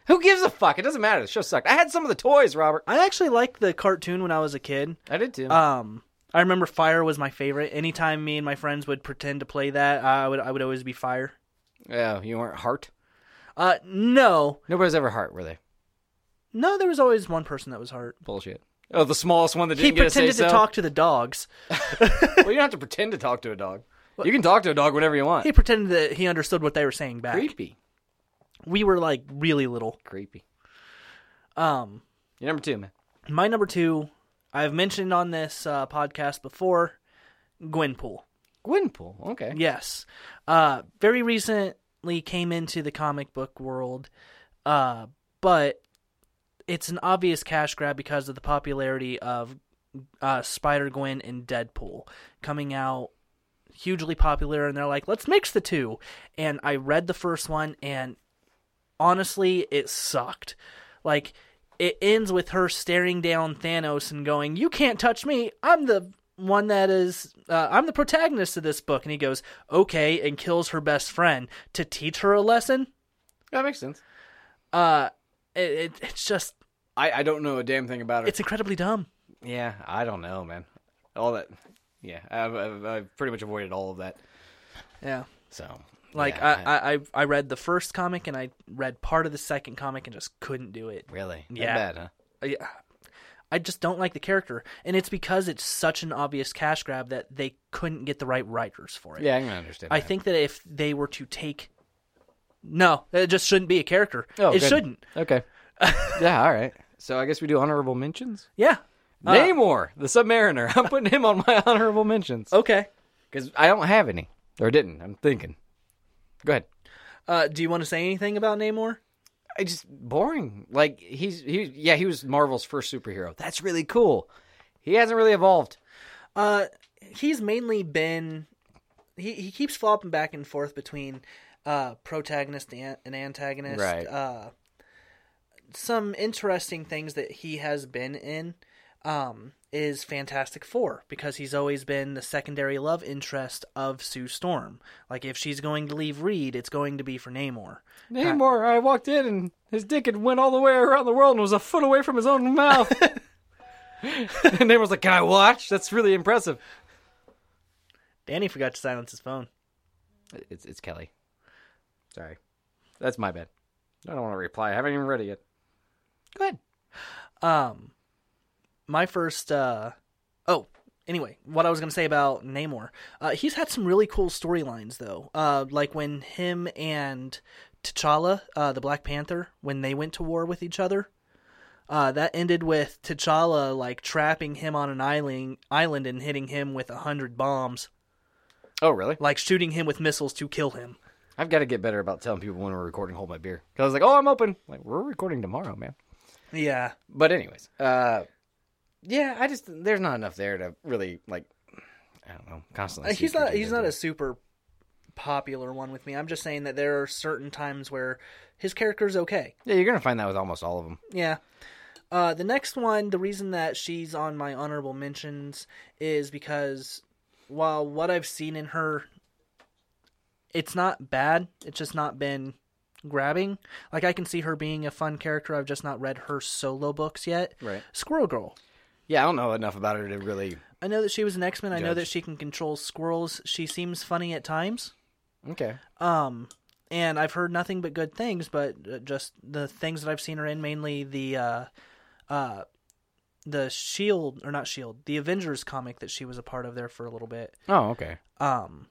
S2: Who gives a fuck? It doesn't matter. The show sucked. I had some of the toys, Robert. Uh,
S1: I actually liked the cartoon when I was a kid.
S2: I did too.
S1: Um I remember Fire was my favorite. Anytime me and my friends would pretend to play that, I would I would always be Fire.
S2: oh, you weren't Heart.
S1: Uh no.
S2: Nobody's ever Heart, were they?
S1: No, there was always one person that was hurt.
S2: Bullshit. Oh, the smallest one that
S1: He
S2: didn't get a say
S1: pretended to
S2: so.
S1: talk to the dogs.
S2: Well, you don't have to pretend to talk to a dog. You can talk to a dog whenever you want.
S1: He pretended that he understood what they were saying back.
S2: Creepy.
S1: We were like really little.
S2: Creepy.
S1: Um,
S2: You're number two, man.
S1: my number two, I've mentioned on this uh, podcast before, Gwenpool.
S2: Gwenpool. Okay.
S1: Yes, uh, very recently came into the comic book world, uh, but it's an obvious cash grab because of the popularity of uh, Spider Gwen and Deadpool coming out hugely popular, and they're like, let's mix the two. And I read the first one, and honestly, it sucked. Like, it ends with her staring down Thanos and going, You can't touch me. I'm the one that is, uh, I'm the protagonist of this book. And he goes, Okay, and kills her best friend to teach her a lesson.
S2: That makes sense.
S1: Uh, it, it, it's just,
S2: I, I don't know a damn thing about it.
S1: it's incredibly dumb.
S2: Yeah, I don't know, man. All that. Yeah, I've, I've, I've pretty much avoided all of that.
S1: Yeah.
S2: So.
S1: Like
S2: yeah,
S1: I, I, I, I read the first comic and I read part of the second comic and just couldn't do it.
S2: Really? That
S1: Yeah.
S2: Bad, huh?
S1: I, I just don't like the character, and it's because it's such an obvious cash grab that they couldn't get the right writers for it.
S2: Yeah, I can understand.
S1: I
S2: that.
S1: think that if they were to take, no, it just shouldn't be a character.
S2: Oh,
S1: it
S2: good.
S1: shouldn't.
S2: <laughs> Okay. yeah, all right. So I guess we do honorable mentions.
S1: Yeah. Uh,
S2: Namor, the Submariner. <laughs> I'm putting him on my honorable mentions
S1: Uh, Okay.
S2: because I don't have any or didn't. I'm thinking. Go ahead.
S1: Uh, do you want to say anything about Namor?
S2: I just boring. Like he's he yeah he was Marvel's first superhero. That's really cool. He hasn't really evolved.
S1: Uh, he's mainly been he he keeps flopping back and forth between uh protagonist and an antagonist.
S2: Right.
S1: Uh, some interesting things that he has been in um, is Fantastic Four because he's always been the secondary love interest of Sue Storm. Like if she's going to leave Reed, it's going to be for Namor.
S2: Namor, I walked in and his dick had went all the way around the world and was a foot away from his own mouth. <laughs> and Namor's like, "Can I watch? That's really impressive."
S1: Danny forgot to silence his phone.
S2: It's it's Kelly. Sorry, that's my bad. I don't want to reply. I haven't even read it yet. Go ahead.
S1: Um, my first. Uh, oh, anyway, what I was gonna say about Namor. Uh, he's had some really cool storylines though. Uh, like when him and T'Challa, uh, the Black Panther, when they went to war with each other. Uh, that ended with T'Challa like trapping him on an island, island and hitting him with a hundred bombs,
S2: Oh, really?
S1: like shooting him with missiles to kill him.
S2: I've got to get better about telling people when we're recording. Hold my beer. Cause I was like, "Oh, I'm open." Like we're recording tomorrow, man.
S1: Yeah,
S2: But anyways, uh, yeah, I just there's not enough there to really like. I don't know. Constantly,
S1: Uh, he's
S2: seek
S1: not
S2: your
S1: he's not
S2: data.
S1: a super popular one with me. I'm just saying that there are certain times where his character's okay.
S2: Yeah, you're gonna find that with almost all of them.
S1: Yeah. Uh, the next one, the reason that she's on my honorable mentions is because while what I've seen in her, it's not bad. It's just not been grabbing. Like I can see her being a fun character. I've just not read her solo books yet.
S2: Right.
S1: Squirrel Girl.
S2: Yeah, I don't know enough about her to really.
S1: I know that she was an X Men. I know
S2: Judge.
S1: that she can control squirrels. She seems funny at times.
S2: Okay.
S1: Um, and I've heard nothing but good things, but uh, just the things that I've seen her in, mainly the uh, uh, the Shield E or not Shield, the Avengers comic that she was a part of there for a little bit.
S2: Oh, okay.
S1: Um,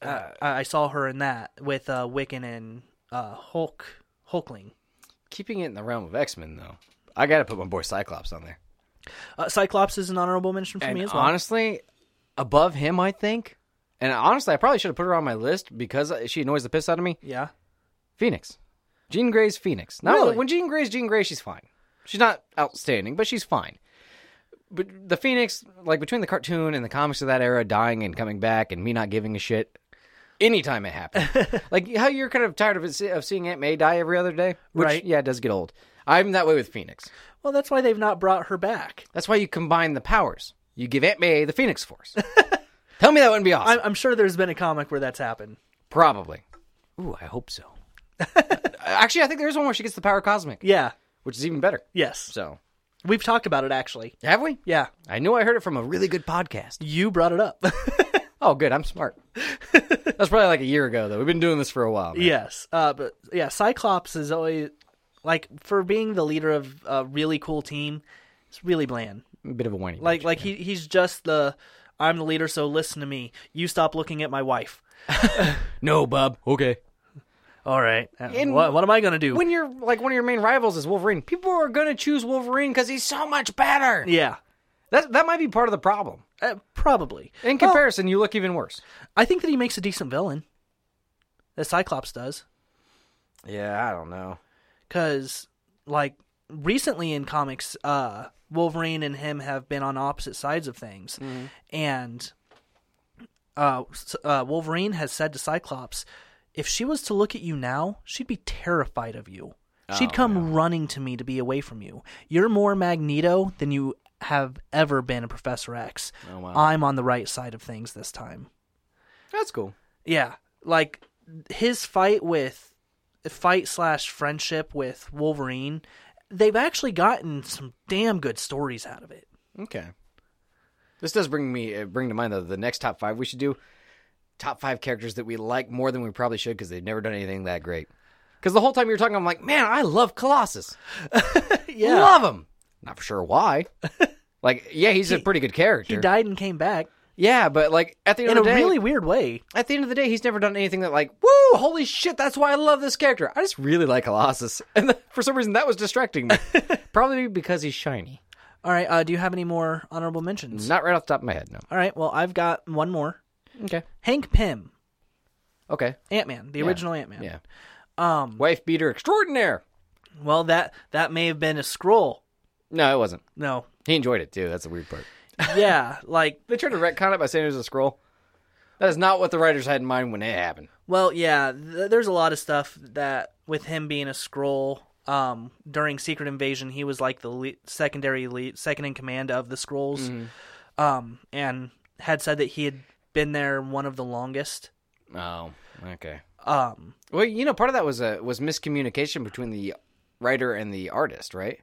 S2: Uh,
S1: I, I saw her in that with uh, Wiccan and uh, Hulk Hulkling.
S2: keeping it in the realm of X Men, though, I gotta put my boy Cyclops on there.
S1: Uh, Cyclops is an honorable mention for
S2: And
S1: me as well.
S2: honestly, above him, I think. And honestly, I probably should have put her on my list because she annoys the piss out of me.
S1: yeah,
S2: Phoenix, Jean Grey's Phoenix. Not
S1: Really?
S2: when Jean Grey's Jean Grey, she's fine. She's not outstanding, but she's fine. But the Phoenix, like between the cartoon and the comics of that era, dying and coming back, and me not giving a shit. Anytime it happened, like how you're kind of tired of, it, of seeing Aunt May die every other day, which,
S1: Right.
S2: Yeah, it does get old. I'm that way with Phoenix.
S1: well, that's why they've not brought her back.
S2: That's why you combine the powers. You give Aunt May the Phoenix Force. Tell me that wouldn't be awesome.
S1: I'm, I'm sure there's been a comic where that's happened.
S2: Probably. Ooh, I hope so. <laughs> Actually, I think there's one where she gets the power cosmic,
S1: Yeah.
S2: which is even better.
S1: Yes.
S2: So,
S1: We've talked about it actually.
S2: have we?
S1: Yeah.
S2: I knew I heard it from a really good podcast.
S1: You brought it up. <laughs>
S2: Oh, good. I'm smart. That's probably like a year ago, though. We've been doing this for a while. man.
S1: Yes, uh, but yeah, Cyclops is always like for being the leader of a really cool team. It's really bland.
S2: A bit of a whiny.
S1: Like like he he's just the I'm the leader, so listen to me. You stop looking at my wife.
S2: no, bub. Okay.
S1: All right, Uh,
S2: In-
S1: what what am I gonna do?
S2: When you're like one of your main rivals is Wolverine, people are going to choose Wolverine because he's so much better.
S1: yeah,
S2: That, that might be part of the problem.
S1: uh, probably.
S2: In comparison, you look even worse.
S1: I think that he makes a decent villain. That Cyclops does,
S2: Yeah, I don't know.
S1: because like recently in comics, uh, Wolverine and him have been on opposite sides of things,
S2: Mm-hmm.
S1: and uh, S- uh, Wolverine has said to Cyclops, if she was to look at you now, she'd be terrified of you.
S2: Oh,
S1: She'd come running to me to be away from you. You're more Magneto than you have ever been a Professor X.
S2: Oh, wow.
S1: I'm on the right side of things this time.
S2: That's cool.
S1: Yeah, like his fight with fight slash friendship with Wolverine, they've actually gotten some damn good stories out of it.
S2: Okay. This does bring me uh, bring to mind though the next top five we should do. Top five characters that we like more than we probably should because they've never done anything that great. Because the whole time you were talking, I'm like, man, I love Colossus.
S1: Yeah,
S2: Love him. Not for sure
S1: <laughs>
S2: why. like, yeah, he's a pretty good character.
S1: he died and came back
S2: yeah, but like at the end
S1: in a
S2: of the day,
S1: really weird way.
S2: at the end of the day, he's never done anything that like, woo, holy shit, that's why I love this character. I just really like Colossus, <laughs> and for some reason that was
S1: <laughs>
S2: distracting me. probably because he's shiny.
S1: All right, uh, do you have any more honorable mentions?
S2: Not right off the top of my head, no.
S1: All right, well, I've got one more.
S2: Okay.
S1: Hank Pym,
S2: Okay.
S1: Ant Man, the original Ant Man.
S2: Yeah.
S1: Um.
S2: Wife beater extraordinaire.
S1: Well, that that may have been a scroll.
S2: No, it wasn't. <laughs>
S1: No.
S2: He enjoyed it too. That's the weird part.
S1: Yeah. like.
S2: They tried to retcon it by saying it was a scroll. That is not what the writers had in mind when it happened.
S1: Well, yeah, th- there's a lot of stuff that with him being a scroll. Um, during Secret Invasion, he was like the le- secondary lead, second in command of the scrolls,
S2: Mm-hmm.
S1: um, and had said that he had been there one of the longest.
S2: Oh, okay.
S1: Um,
S2: Well, you know, part of that was a was miscommunication between the writer and the artist, right?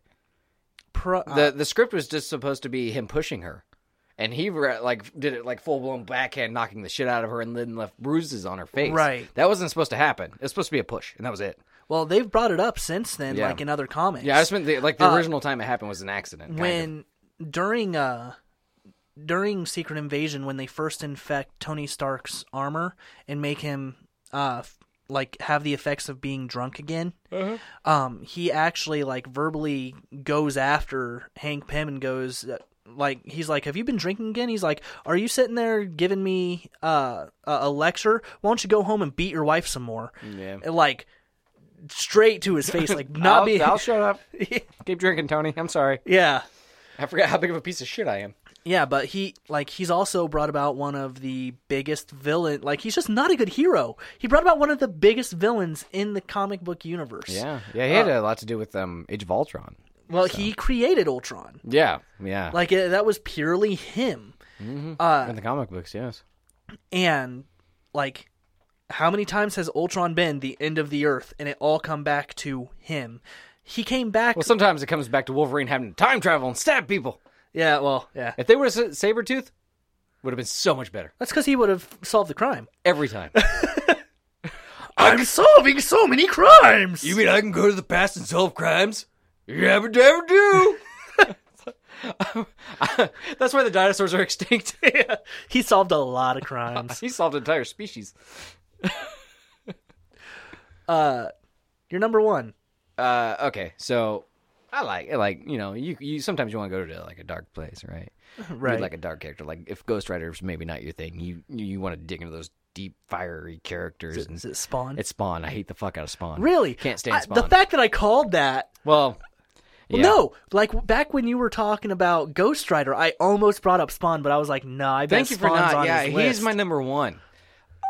S1: pro- uh,
S2: the The script was just supposed to be him pushing her, and he re- like did it like full blown backhand, knocking the shit out of her, and then left bruises on her face.
S1: Right.
S2: That wasn't supposed to happen. It was supposed to be a push, and that was it.
S1: well, they've brought it up since then,
S2: Yeah.
S1: like in other comics.
S2: Yeah, I just meant the, like the original time it happened was an accident. kind of.
S1: when during uh during Secret Invasion when they first infect Tony Stark's armor and make him uh f- like have the effects of being drunk again.
S2: Uh-huh.
S1: Um he actually like verbally goes after Hank Pym and goes uh, like he's like have you been drinking again? He's like are you sitting there giving me uh a a lecture? Why don't you go home and beat your wife some more?
S2: Yeah.
S1: And, like straight to his face like not
S2: I'll,
S1: being
S2: I'll shut up. Keep drinking, Tony. I'm sorry.
S1: <laughs> yeah.
S2: I forgot how big of a piece of shit I am.
S1: Yeah, but he like he's also brought about one of the biggest villain. Like he's just not a good hero. He brought about one of the biggest villains in the comic book universe.
S2: Yeah, yeah. He
S1: Uh,
S2: had a lot to do with um, Age of Ultron.
S1: Well, he created Ultron.
S2: Yeah, yeah.
S1: Like it, that was purely him. Uh,
S2: in the comic books, yes.
S1: And like how many times has Ultron been the end of the earth and it all come back to him? He came back.
S2: Well, sometimes it comes back to Wolverine having to time travel and stab people.
S1: yeah, well, yeah.
S2: If they would have Sabretooth, would have been so much better
S1: That's cuz he would have solved the crime.
S2: every <laughs> time.
S1: I'm solving so many crimes. <laughs>
S2: mean I can go to the past and solve crimes? You ever never do. <laughs> That's why the dinosaurs are <laughs> extinct.
S1: he solved a lot of
S2: <laughs>
S1: crimes.
S2: he solved entire species.
S1: You're number 1.
S2: Uh, okay, so I like like you know you you sometimes you want to go to like a dark place, right?
S1: Right.
S2: You'd like a dark character. Like if Ghost Rider's maybe not your thing, you you, you want to dig into those deep fiery characters. and
S1: Is it Spawn?
S2: It's Spawn. I hate the fuck out of Spawn.
S1: Really?
S2: Can't stand
S1: I-
S2: Spawn.
S1: the fact that I called that.
S2: well, yeah.
S1: No, like back when you were talking about Ghost Rider, I almost brought up Spawn, but I was like, nah, I bet
S2: Thank you for
S1: Spawn's
S2: not.
S1: on
S2: Yeah,
S1: his
S2: he's
S1: list.
S2: my number one.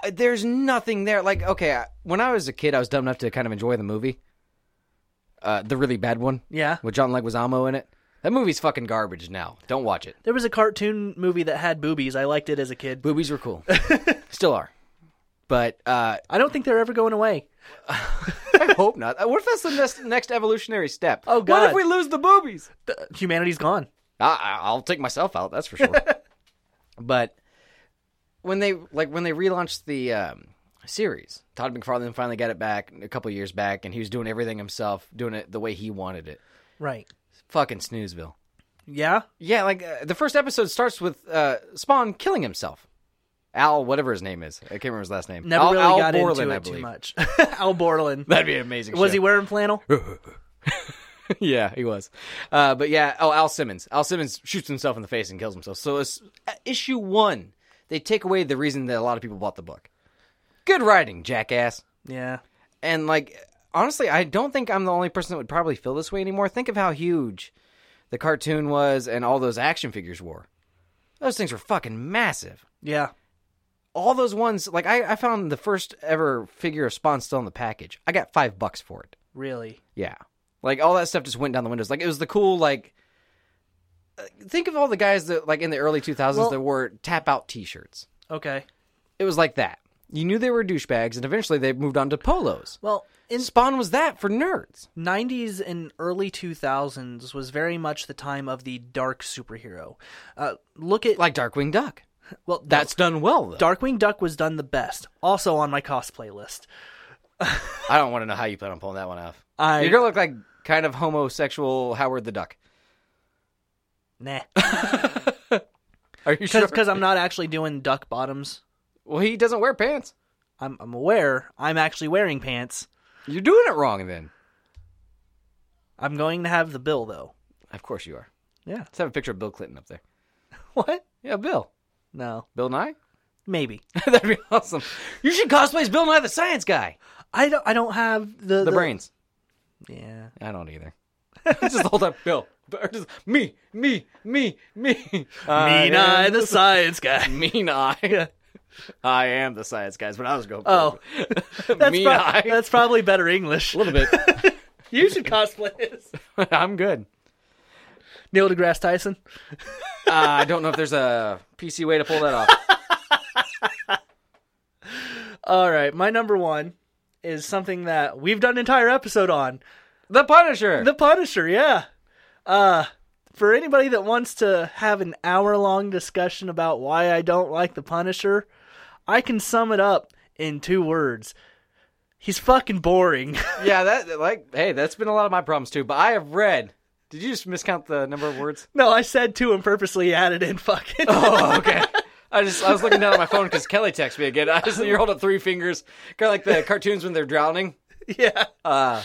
S2: Uh, There's nothing there. Like, okay, I, when I was a kid, I was dumb enough to kind of enjoy the movie, uh, the really bad one.
S1: Yeah.
S2: with John Leguizamo in it. That movie's fucking garbage now. Don't watch it.
S1: There was a cartoon movie that had boobies. I liked it as a kid.
S2: Boobies were cool, <laughs> still are, but uh,
S1: I don't think they're ever going away.
S2: I hope not. Uh, What if that's the next, next evolutionary step?
S1: Oh,
S2: What
S1: God.
S2: if we lose the boobies?
S1: Th- Humanity's gone.
S2: I, I'll take myself out. That's for sure. <laughs> but when they like when they relaunched the um, series, Todd McFarlane finally got it back a couple years back, and he was doing everything himself, doing it the way he wanted it.
S1: Right.
S2: Fucking snoozeville.
S1: Yeah.
S2: Yeah, like uh, the first episode starts with uh, Spawn killing himself. Al, whatever his name is, I can't remember his last name.
S1: Never
S2: Al,
S1: really
S2: Al
S1: got
S2: Borland,
S1: into
S2: I
S1: it too
S2: believe.
S1: much. <laughs> Al
S2: <laughs>
S1: Borland.
S2: That'd be an amazing.
S1: Was
S2: show.
S1: he wearing flannel?
S2: yeah, he <laughs> was. Uh, but yeah, oh, Al Simmons. Al Simmons shoots himself in the face and kills himself. So it's uh, issue one. They take away the reason that a lot of people bought the book. Good writing, jackass.
S1: yeah.
S2: And like, honestly, I don't think I'm the only person that would probably feel this way anymore. Think of how huge the cartoon was and all those action figures were. Those things were fucking massive.
S1: Yeah.
S2: All those ones, like I, I found the first ever figure of Spawn still in the package. I got five bucks for it.
S1: Really.
S2: Yeah. Like all that stuff just went down the windows. Like it was the cool like uh, think of all the guys that like in the early 2000s
S1: Well-
S2: that wore tap out t-shirts.
S1: Okay.
S2: It was like that. You knew they were douchebags and eventually they moved on to polos.
S1: Well, in
S2: Spawn was that for nerds.
S1: 90s and early 2000s was very much the time of the dark superhero. Uh, look at
S2: Like Darkwing Duck.
S1: well, no,
S2: That's done well though.
S1: Darkwing Duck was done the best. Also on my cosplay list.
S2: I don't want to know how you plan on pulling that one off.
S1: I-
S2: You're going to look like kind of homosexual Howard the Duck. <laughs>
S1: Nah,
S2: Are you sure?
S1: because I'm not actually doing duck bottoms.
S2: Well, he doesn't wear pants.
S1: I'm, I'm aware. I'm actually wearing pants.
S2: You're doing it wrong then.
S1: I'm going to have the bill though.
S2: Of course you are. <laughs>
S1: Yeah.
S2: Let's have a picture of Bill Clinton up there.
S1: What?
S2: Yeah, Bill.
S1: No.
S2: Bill Nye?
S1: Maybe.
S2: <laughs> That'd be awesome. You should cosplay as Bill Nye the Science Guy.
S1: I don't. I don't have the
S2: The brains.
S1: Yeah.
S2: I don't either. <laughs> just hold up, Bill. Or Just, me, me, me, me.
S1: Mean
S2: I
S1: Eye, <laughs>
S2: am
S1: the science guy.
S2: Mean eye. <laughs> I am the science guys, but I was going.
S1: Oh.
S2: for
S1: That's,
S2: me,
S1: prob-
S2: I a
S1: that's probably better English.
S2: little bit.
S1: you should cosplay as
S2: <laughs> I'm good.
S1: Neil deGrasse Tyson.
S2: Uh, I don't know if there's a PC way to pull that <laughs> off.
S1: All right, my number one is something that we've done an entire episode on.
S2: The Punisher.
S1: The Punisher, yeah. Uh for anybody that wants to have an hour long discussion about why I don't like the Punisher, I can sum it up in two words. He's fucking boring. <laughs>
S2: yeah, that like hey, that's been a lot of my problems too. But I have read. Did you just miscount the number of words?
S1: no, I said two and purposely added in fucking.
S2: Oh, okay. I just I was looking down at my phone because Kelly texted me again. I was you're holding three fingers, kind of like <laughs> the cartoons when they're drowning.
S1: <laughs> yeah.
S2: Uh,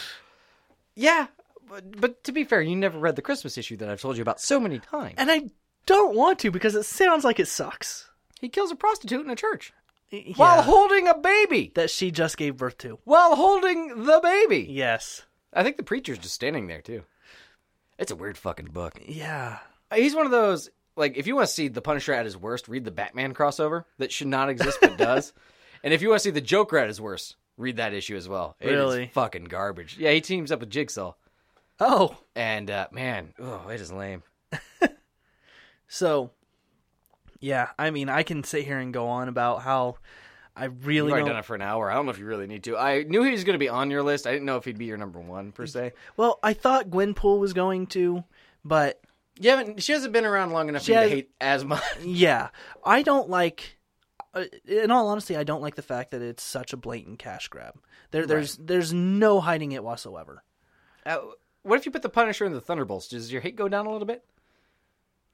S2: yeah, but, but to be fair, you never read the Christmas issue that I've told you about so many times.
S1: And I don't want to because it sounds like it sucks.
S2: He kills a prostitute in a church
S1: Yeah.
S2: while holding a baby.
S1: that she just gave birth to.
S2: While holding the baby.
S1: Yes.
S2: I think the preacher's just standing there too. It's a weird fucking book.
S1: Yeah.
S2: He's one of those like if you want to see the Punisher at his worst, read the Batman crossover that should not exist but
S1: <laughs>
S2: does. and if you want to see the Joker at his worst, read that issue as well. It is
S1: Really?
S2: fucking garbage. Yeah, he teams up with Jigsaw,
S1: Oh.
S2: and uh, man, oh, it is lame.
S1: So, yeah, I mean, I can sit here and go on about how I
S2: You've
S1: really
S2: already
S1: don't.
S2: done it for an hour. I don't know if you really need to. I knew he was going to be on your list. I didn't know if he'd be your number one per se.
S1: Well, I thought Gwenpool was going to, but
S2: You haven't. She hasn't been around long enough
S1: She
S2: for you
S1: has-
S2: to hate as much. <laughs>
S1: yeah, I don't like. uh, In all honesty, I don't like the fact that it's such a blatant cash grab. There, there's there's no hiding it whatsoever.
S2: Uh, what if you put the Punisher and the Thunderbolts? Does your hate go down a little bit?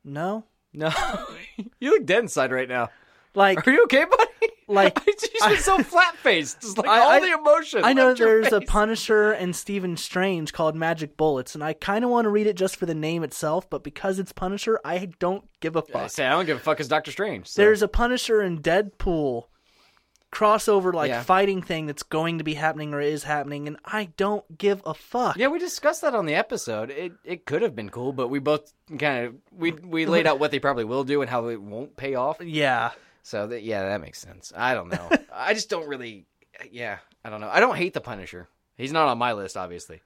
S1: No,
S2: No, <laughs> you look dead inside right now.
S1: like
S2: Are you okay, buddy? <laughs>
S1: Like,
S2: she's
S1: <laughs>
S2: been so flat faced, just like
S1: I-
S2: all
S1: I-
S2: the emotion.
S1: I know
S2: left your
S1: there's a
S2: face.
S1: Punisher and Stephen Strange called Magic Bullets, and I kind of want to read it just for the name itself, but because it's Punisher, I don't give a
S2: I
S1: fuck.
S2: say I don't give a fuck. Is Doctor Strange? so-
S1: There's a Punisher and Deadpool crossover like
S2: Yeah.
S1: fighting thing that's going to be happening or is happening, and I don't give a fuck.
S2: yeah, we discussed that on the episode. It it could have been cool, but we both kind of
S1: <laughs>
S2: we we laid out what they probably will do and how it won't pay off.
S1: Yeah.
S2: So that, yeah, that makes sense. I
S1: <laughs>
S2: don't know. I just don't really. Yeah, I don't know. I don't hate the Punisher. He's not on my list, obviously,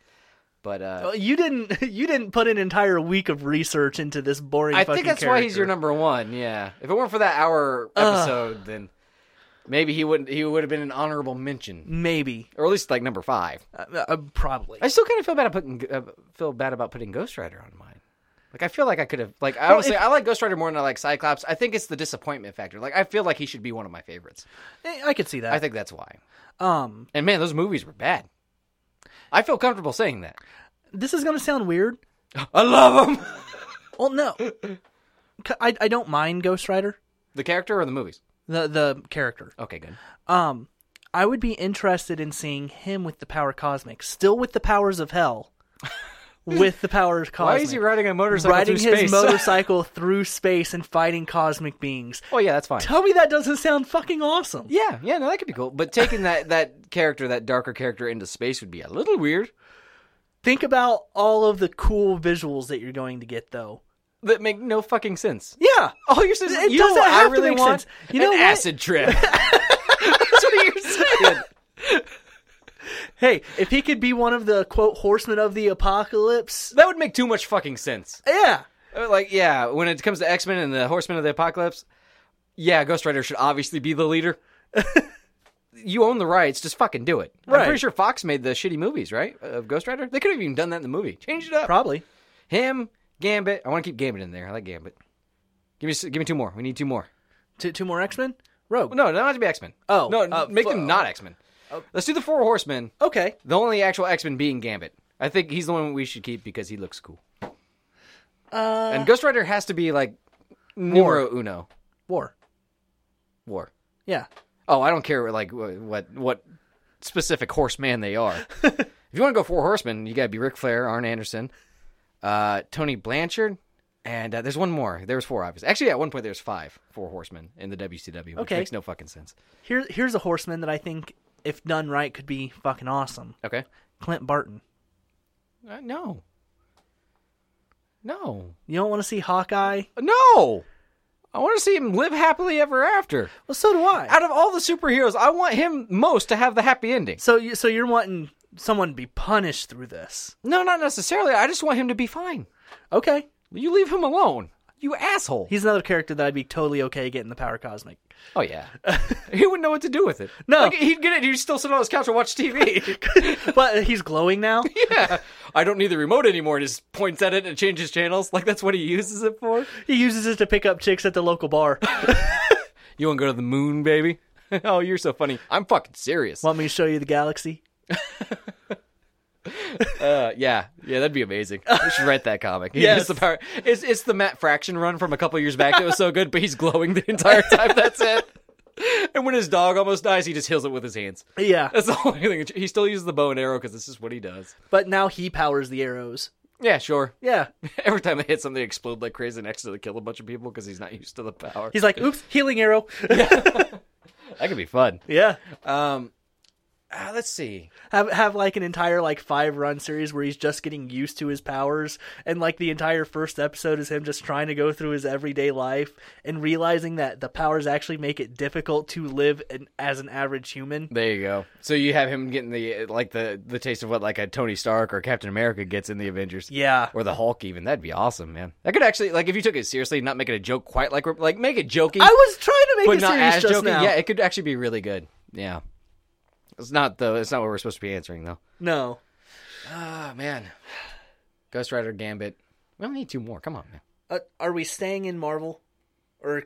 S2: but uh,
S1: Well, You didn't <laughs> you didn't put an entire week of research into this boring
S2: I
S1: fucking
S2: think that's why he's your
S1: character.
S2: number one. Yeah. If it weren't for that hour episode, then maybe he wouldn't. He would have been an honorable mention,
S1: maybe
S2: or at least like number five.
S1: uh, uh, probably.
S2: I still kind of feel bad about putting, uh, feel bad about putting Ghost Rider on mine. Like I feel like I could have like I honestly I like Ghost Rider more than I like Cyclops. I think it's the disappointment factor. Like I feel like he should be one of my favorites.
S1: I, I could see that.
S2: I think that's why.
S1: um,
S2: And man, those movies were bad. I feel comfortable saying that.
S1: this is gonna sound weird.
S2: <gasps> I love them.
S1: Well,
S2: <laughs>
S1: no, C- I I don't mind Ghost Rider
S2: the character or the movies?
S1: the the character.
S2: Okay, good.
S1: Um, I would be interested in seeing him with the power cosmic, still with the powers of
S2: <laughs>
S1: hell, with the powers cosmic.
S2: Why is he riding a motorcycle
S1: riding
S2: through
S1: his
S2: space? <laughs>
S1: motorcycle through space and fighting cosmic beings?
S2: oh yeah, <laughs> that's fine.
S1: Tell me that doesn't sound fucking awesome.
S2: Yeah, yeah, no, that could be cool. But taking that that character, that darker character, into space would be a little weird.
S1: Think about all of the cool visuals that you're going to get, though.
S2: That make no fucking sense.
S1: Yeah.
S2: Oh, you're saying
S1: It
S2: you know
S1: doesn't
S2: what
S1: have
S2: I
S1: to
S2: really
S1: make
S2: want?
S1: sense. You know
S2: An
S1: what? <laughs>
S2: acid trip. <laughs> That's what you're saying.
S1: Hey, if he could be one of the quote horsemen of the apocalypse,
S2: That would make too much fucking sense.
S1: yeah.
S2: Uh, Like, yeah, when it comes to X Men and the Horsemen of the Apocalypse, yeah, Ghost Rider should obviously be the leader. <laughs> you own the rights, just fucking do it. I'm
S1: Right.
S2: pretty sure Fox made the shitty movies, right? Of Ghost Rider, they could have even done that in the movie. Change it up.
S1: Probably.
S2: Him, Gambit. I want to keep Gambit in there. I like Gambit. Give me, give me two more. We need two more.
S1: Two, two more X Men? Rogue.
S2: No, not to be X Men.
S1: Oh,
S2: no,
S1: uh, Oh.
S2: make
S1: fu-
S2: them not X Men. Let's do the Four Horsemen.
S1: Okay.
S2: The only actual X Men being Gambit. I think he's the one we should keep because he looks cool.
S1: Uh,
S2: and Ghost Rider has to be like numero uno.
S1: War.
S2: War.
S1: Yeah.
S2: Oh, I don't care like wh- what what specific horseman they <laughs> are. if you want to go Four Horsemen, you got to be Ric Flair, Arn Anderson, uh, Tony Blanchard. And uh, there's one more. There was four, obviously. Actually, at one point, there's five Four Horsemen in the WCW, which
S1: Okay.
S2: makes no fucking sense.
S1: Here, here's a horseman that I think, if done right, could be fucking awesome.
S2: Okay.
S1: Clint Barton.
S2: Uh, no. No.
S1: You don't want to see Hawkeye?
S2: Uh, No. I want to see him live happily ever after.
S1: Well, so do I.
S2: Out of all the superheroes, I want him most to have the happy ending.
S1: So you so you're wanting someone to be punished through this?
S2: No, not necessarily. I just want him to be fine.
S1: Okay,
S2: You leave him alone. You asshole.
S1: he's another character that I'd be totally okay getting the power cosmic.
S2: oh yeah. <laughs> he wouldn't know what to do with it.
S1: No.
S2: Like, he'd get it. He'd still sit on his couch and watch TV.
S1: but he's glowing now.
S2: <laughs> yeah. I don't need the remote anymore. and Just points at it and changes channels. Like that's what he uses it for.
S1: He uses it to pick up chicks at the local bar.
S2: You want to go to the moon, baby? <laughs> oh, you're so funny. I'm fucking serious.
S1: Want me to show you the galaxy?
S2: Uh, yeah, yeah, that'd be amazing. We should write that <laughs> comic. Yeah,
S1: Yes.
S2: it's the power. It's, it's the Matt Fraction run from a couple years back that was so good, but he's glowing the entire time. That's it. And when his dog almost dies, he just heals it with his hands.
S1: Yeah,
S2: That's the only thing. He still uses the bow and arrow because this is what he does.
S1: but now he powers the arrows.
S2: Yeah, sure.
S1: Yeah,
S2: <laughs> Every time they hit something, they explode like crazy and accidentally kill a bunch of people because he's not <laughs> used to the power.
S1: he's like, "Oops, healing arrow." <laughs>
S2: that could be fun.
S1: yeah,
S2: Um, ah, let's see.
S1: have have like an entire like five run series where he's just getting used to his powers, and like the entire first episode is him just trying to go through his everyday life and realizing that the powers actually make it difficult to live an, as an average human.
S2: There you go. So you have him getting the like the the taste of what like a Tony Stark or Captain America gets in the Avengers.
S1: Yeah,
S2: Or the Hulk, even that'd be awesome, man. That could actually, like, if you took it seriously, not make it a joke quite like, like make it jokey,
S1: I was trying to make
S2: but
S1: a
S2: not
S1: series
S2: as
S1: just
S2: jokey.
S1: now.
S2: Yeah, it could actually be really good. Yeah, it's not though. It's not what we're supposed to be answering though.
S1: No,
S2: Ah, man, <sighs> Ghost Rider, Gambit. We only need two more. Come on, man.
S1: uh, are we staying in Marvel, or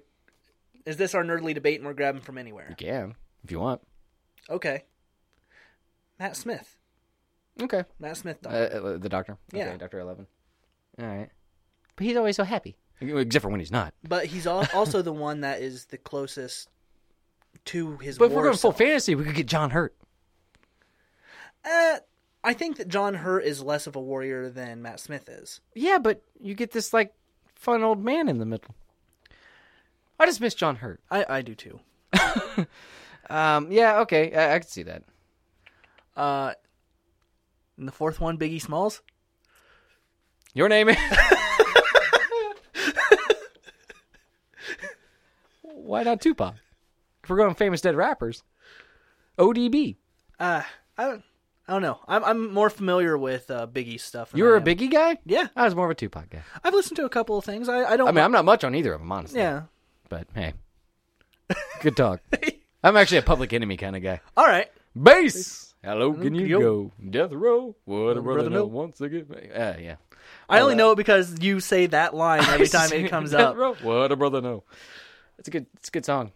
S1: is this our nerdly debate and we're grabbing from anywhere?
S2: You can if you want.
S1: Okay, Matt Smith,
S2: Okay.
S1: Matt Smith.
S2: Uh,
S1: Doc.
S2: uh, the Doctor.
S1: Yeah.
S2: Okay, Doctor Eleven. All right. But he's always so happy, except for when he's not.
S1: But he's al- also the one that is the closest to his.
S2: But if we're
S1: war
S2: going full
S1: self.
S2: fantasy, we could get John Hurt.
S1: Uh, I think that John Hurt is less of a warrior than Matt Smith is.
S2: Yeah, but you get this like fun old man in the middle. I just miss John Hurt.
S1: I, I do too.
S2: Um, yeah, okay, I, I could see that.
S1: Uh, and the fourth one, Biggie Smalls.
S2: Your name is. <laughs> Why not Tupac? If we're going famous dead rappers, ODB.
S1: Uh, I don't, I don't know. I'm I'm more familiar with uh, Biggie's stuff. than
S2: You were
S1: I
S2: a
S1: am.
S2: Biggie guy.
S1: yeah.
S2: I was more of a Tupac guy.
S1: I've listened to a couple of things. I I don't.
S2: I mean, I'm not much on either of them,
S1: <laughs>
S2: honestly.
S1: yeah.
S2: But hey,
S1: <laughs>
S2: good talk. I'm actually a Public Enemy kind of guy.
S1: All right.
S2: Bass. Hello, can you
S1: yo.
S2: go? Death row. What a brother
S1: brother
S2: know
S1: know.
S2: wants to get me. Uh, yeah.
S1: I only know it because you say that line <laughs> every time it comes
S2: <laughs> Death
S1: up.
S2: Row. What a brother know. It's a good. It's a good song.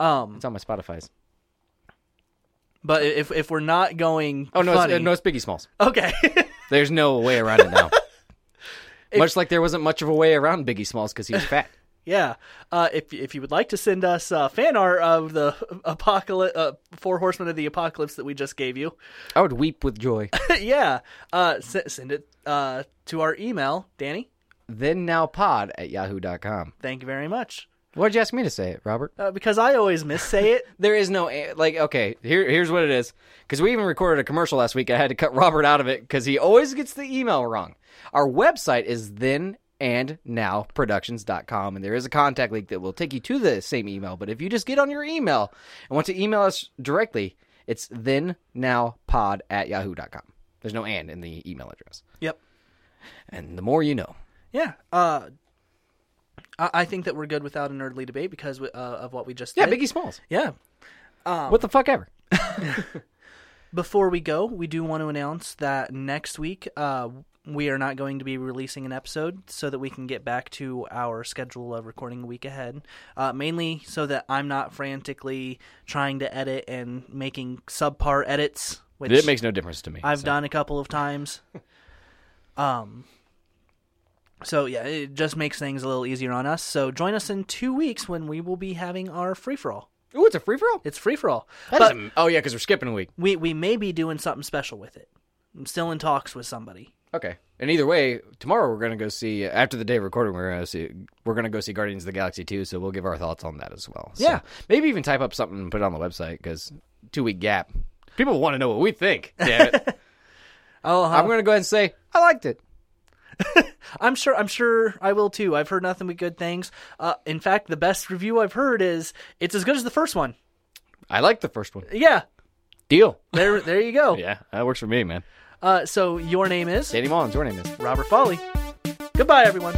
S1: Um,
S2: It's on my Spotify's.
S1: but if if we're not going,
S2: Oh no, it's,
S1: funny-
S2: uh, no, it's Biggie Smalls.
S1: okay. <laughs>
S2: There's no way around it now. much like there wasn't much of a way around Biggie Smalls because he
S1: <laughs>
S2: was fat.
S1: Yeah. Uh, if if you would like to send us uh, fan art of the <laughs> apocalypse, uh, Four Horsemen of the Apocalypse that we just gave you, <laughs>
S2: I would weep with joy.
S1: yeah, uh, s- send it uh, to our email, Danny.
S2: then now pod at yahoo.com.
S1: Thank you very much.
S2: Why'd you ask me to say it, Robert?
S1: Uh, because I always missay
S2: <laughs>
S1: it.
S2: There is no a- like okay. Here, here's what it is. Because we even recorded a commercial last week. I had to cut Robert out of it because he always gets the email wrong. Our website is then and now productions.com and there is a contact link that will take you to the same email but if you just get on your email and want to email us directly it's then now pod at yahoo.com there's no and in the email address
S1: Yep.
S2: and the more you know
S1: Yeah. Uh, I-, I think that we're good without a nerdly debate because uh, of what we just
S2: yeah um,
S1: did.
S2: biggie smalls
S1: Yeah.
S2: what the fuck ever
S1: Before we go, we do want to announce that next week uh, we are not going to be releasing an episode so that we can get back to our schedule of recording a week ahead. Uh, mainly so that I'm not frantically trying to edit and making subpar edits, which
S2: it makes no difference to me
S1: I've
S2: so.
S1: done a couple of times. um, so yeah, it just makes things a little easier on us. So join us in two weeks when we will be having our free for all.
S2: Ooh, it's a free-for-all
S1: It's free for all,
S2: That
S1: but
S2: doesn't- oh yeah because we're skipping a week
S1: we we may be doing something special with it. I'm still in talks with somebody.
S2: Okay. And either way, tomorrow we're gonna go see. After the day of recording, we're gonna see. We're gonna go see Guardians of the Galaxy two. So we'll give our thoughts on that as well. So
S1: Yeah.
S2: Maybe even type up something and put it on the website because two week gap. People want to <laughs> know what we think. Damn it.
S1: Oh,
S2: I'm gonna go ahead and say I liked it.
S1: I'm sure. I'm sure I will too. I've heard nothing but good things. Uh, in fact, the best review I've heard is it's as good as the first one.
S2: I like the first one.
S1: Yeah,
S2: Deal.
S1: there, there you go.
S2: <laughs> Yeah, that works for me, man.
S1: Uh, so your name is
S2: Danny Mullins, your name is.
S1: Robert Folly. Goodbye, everyone.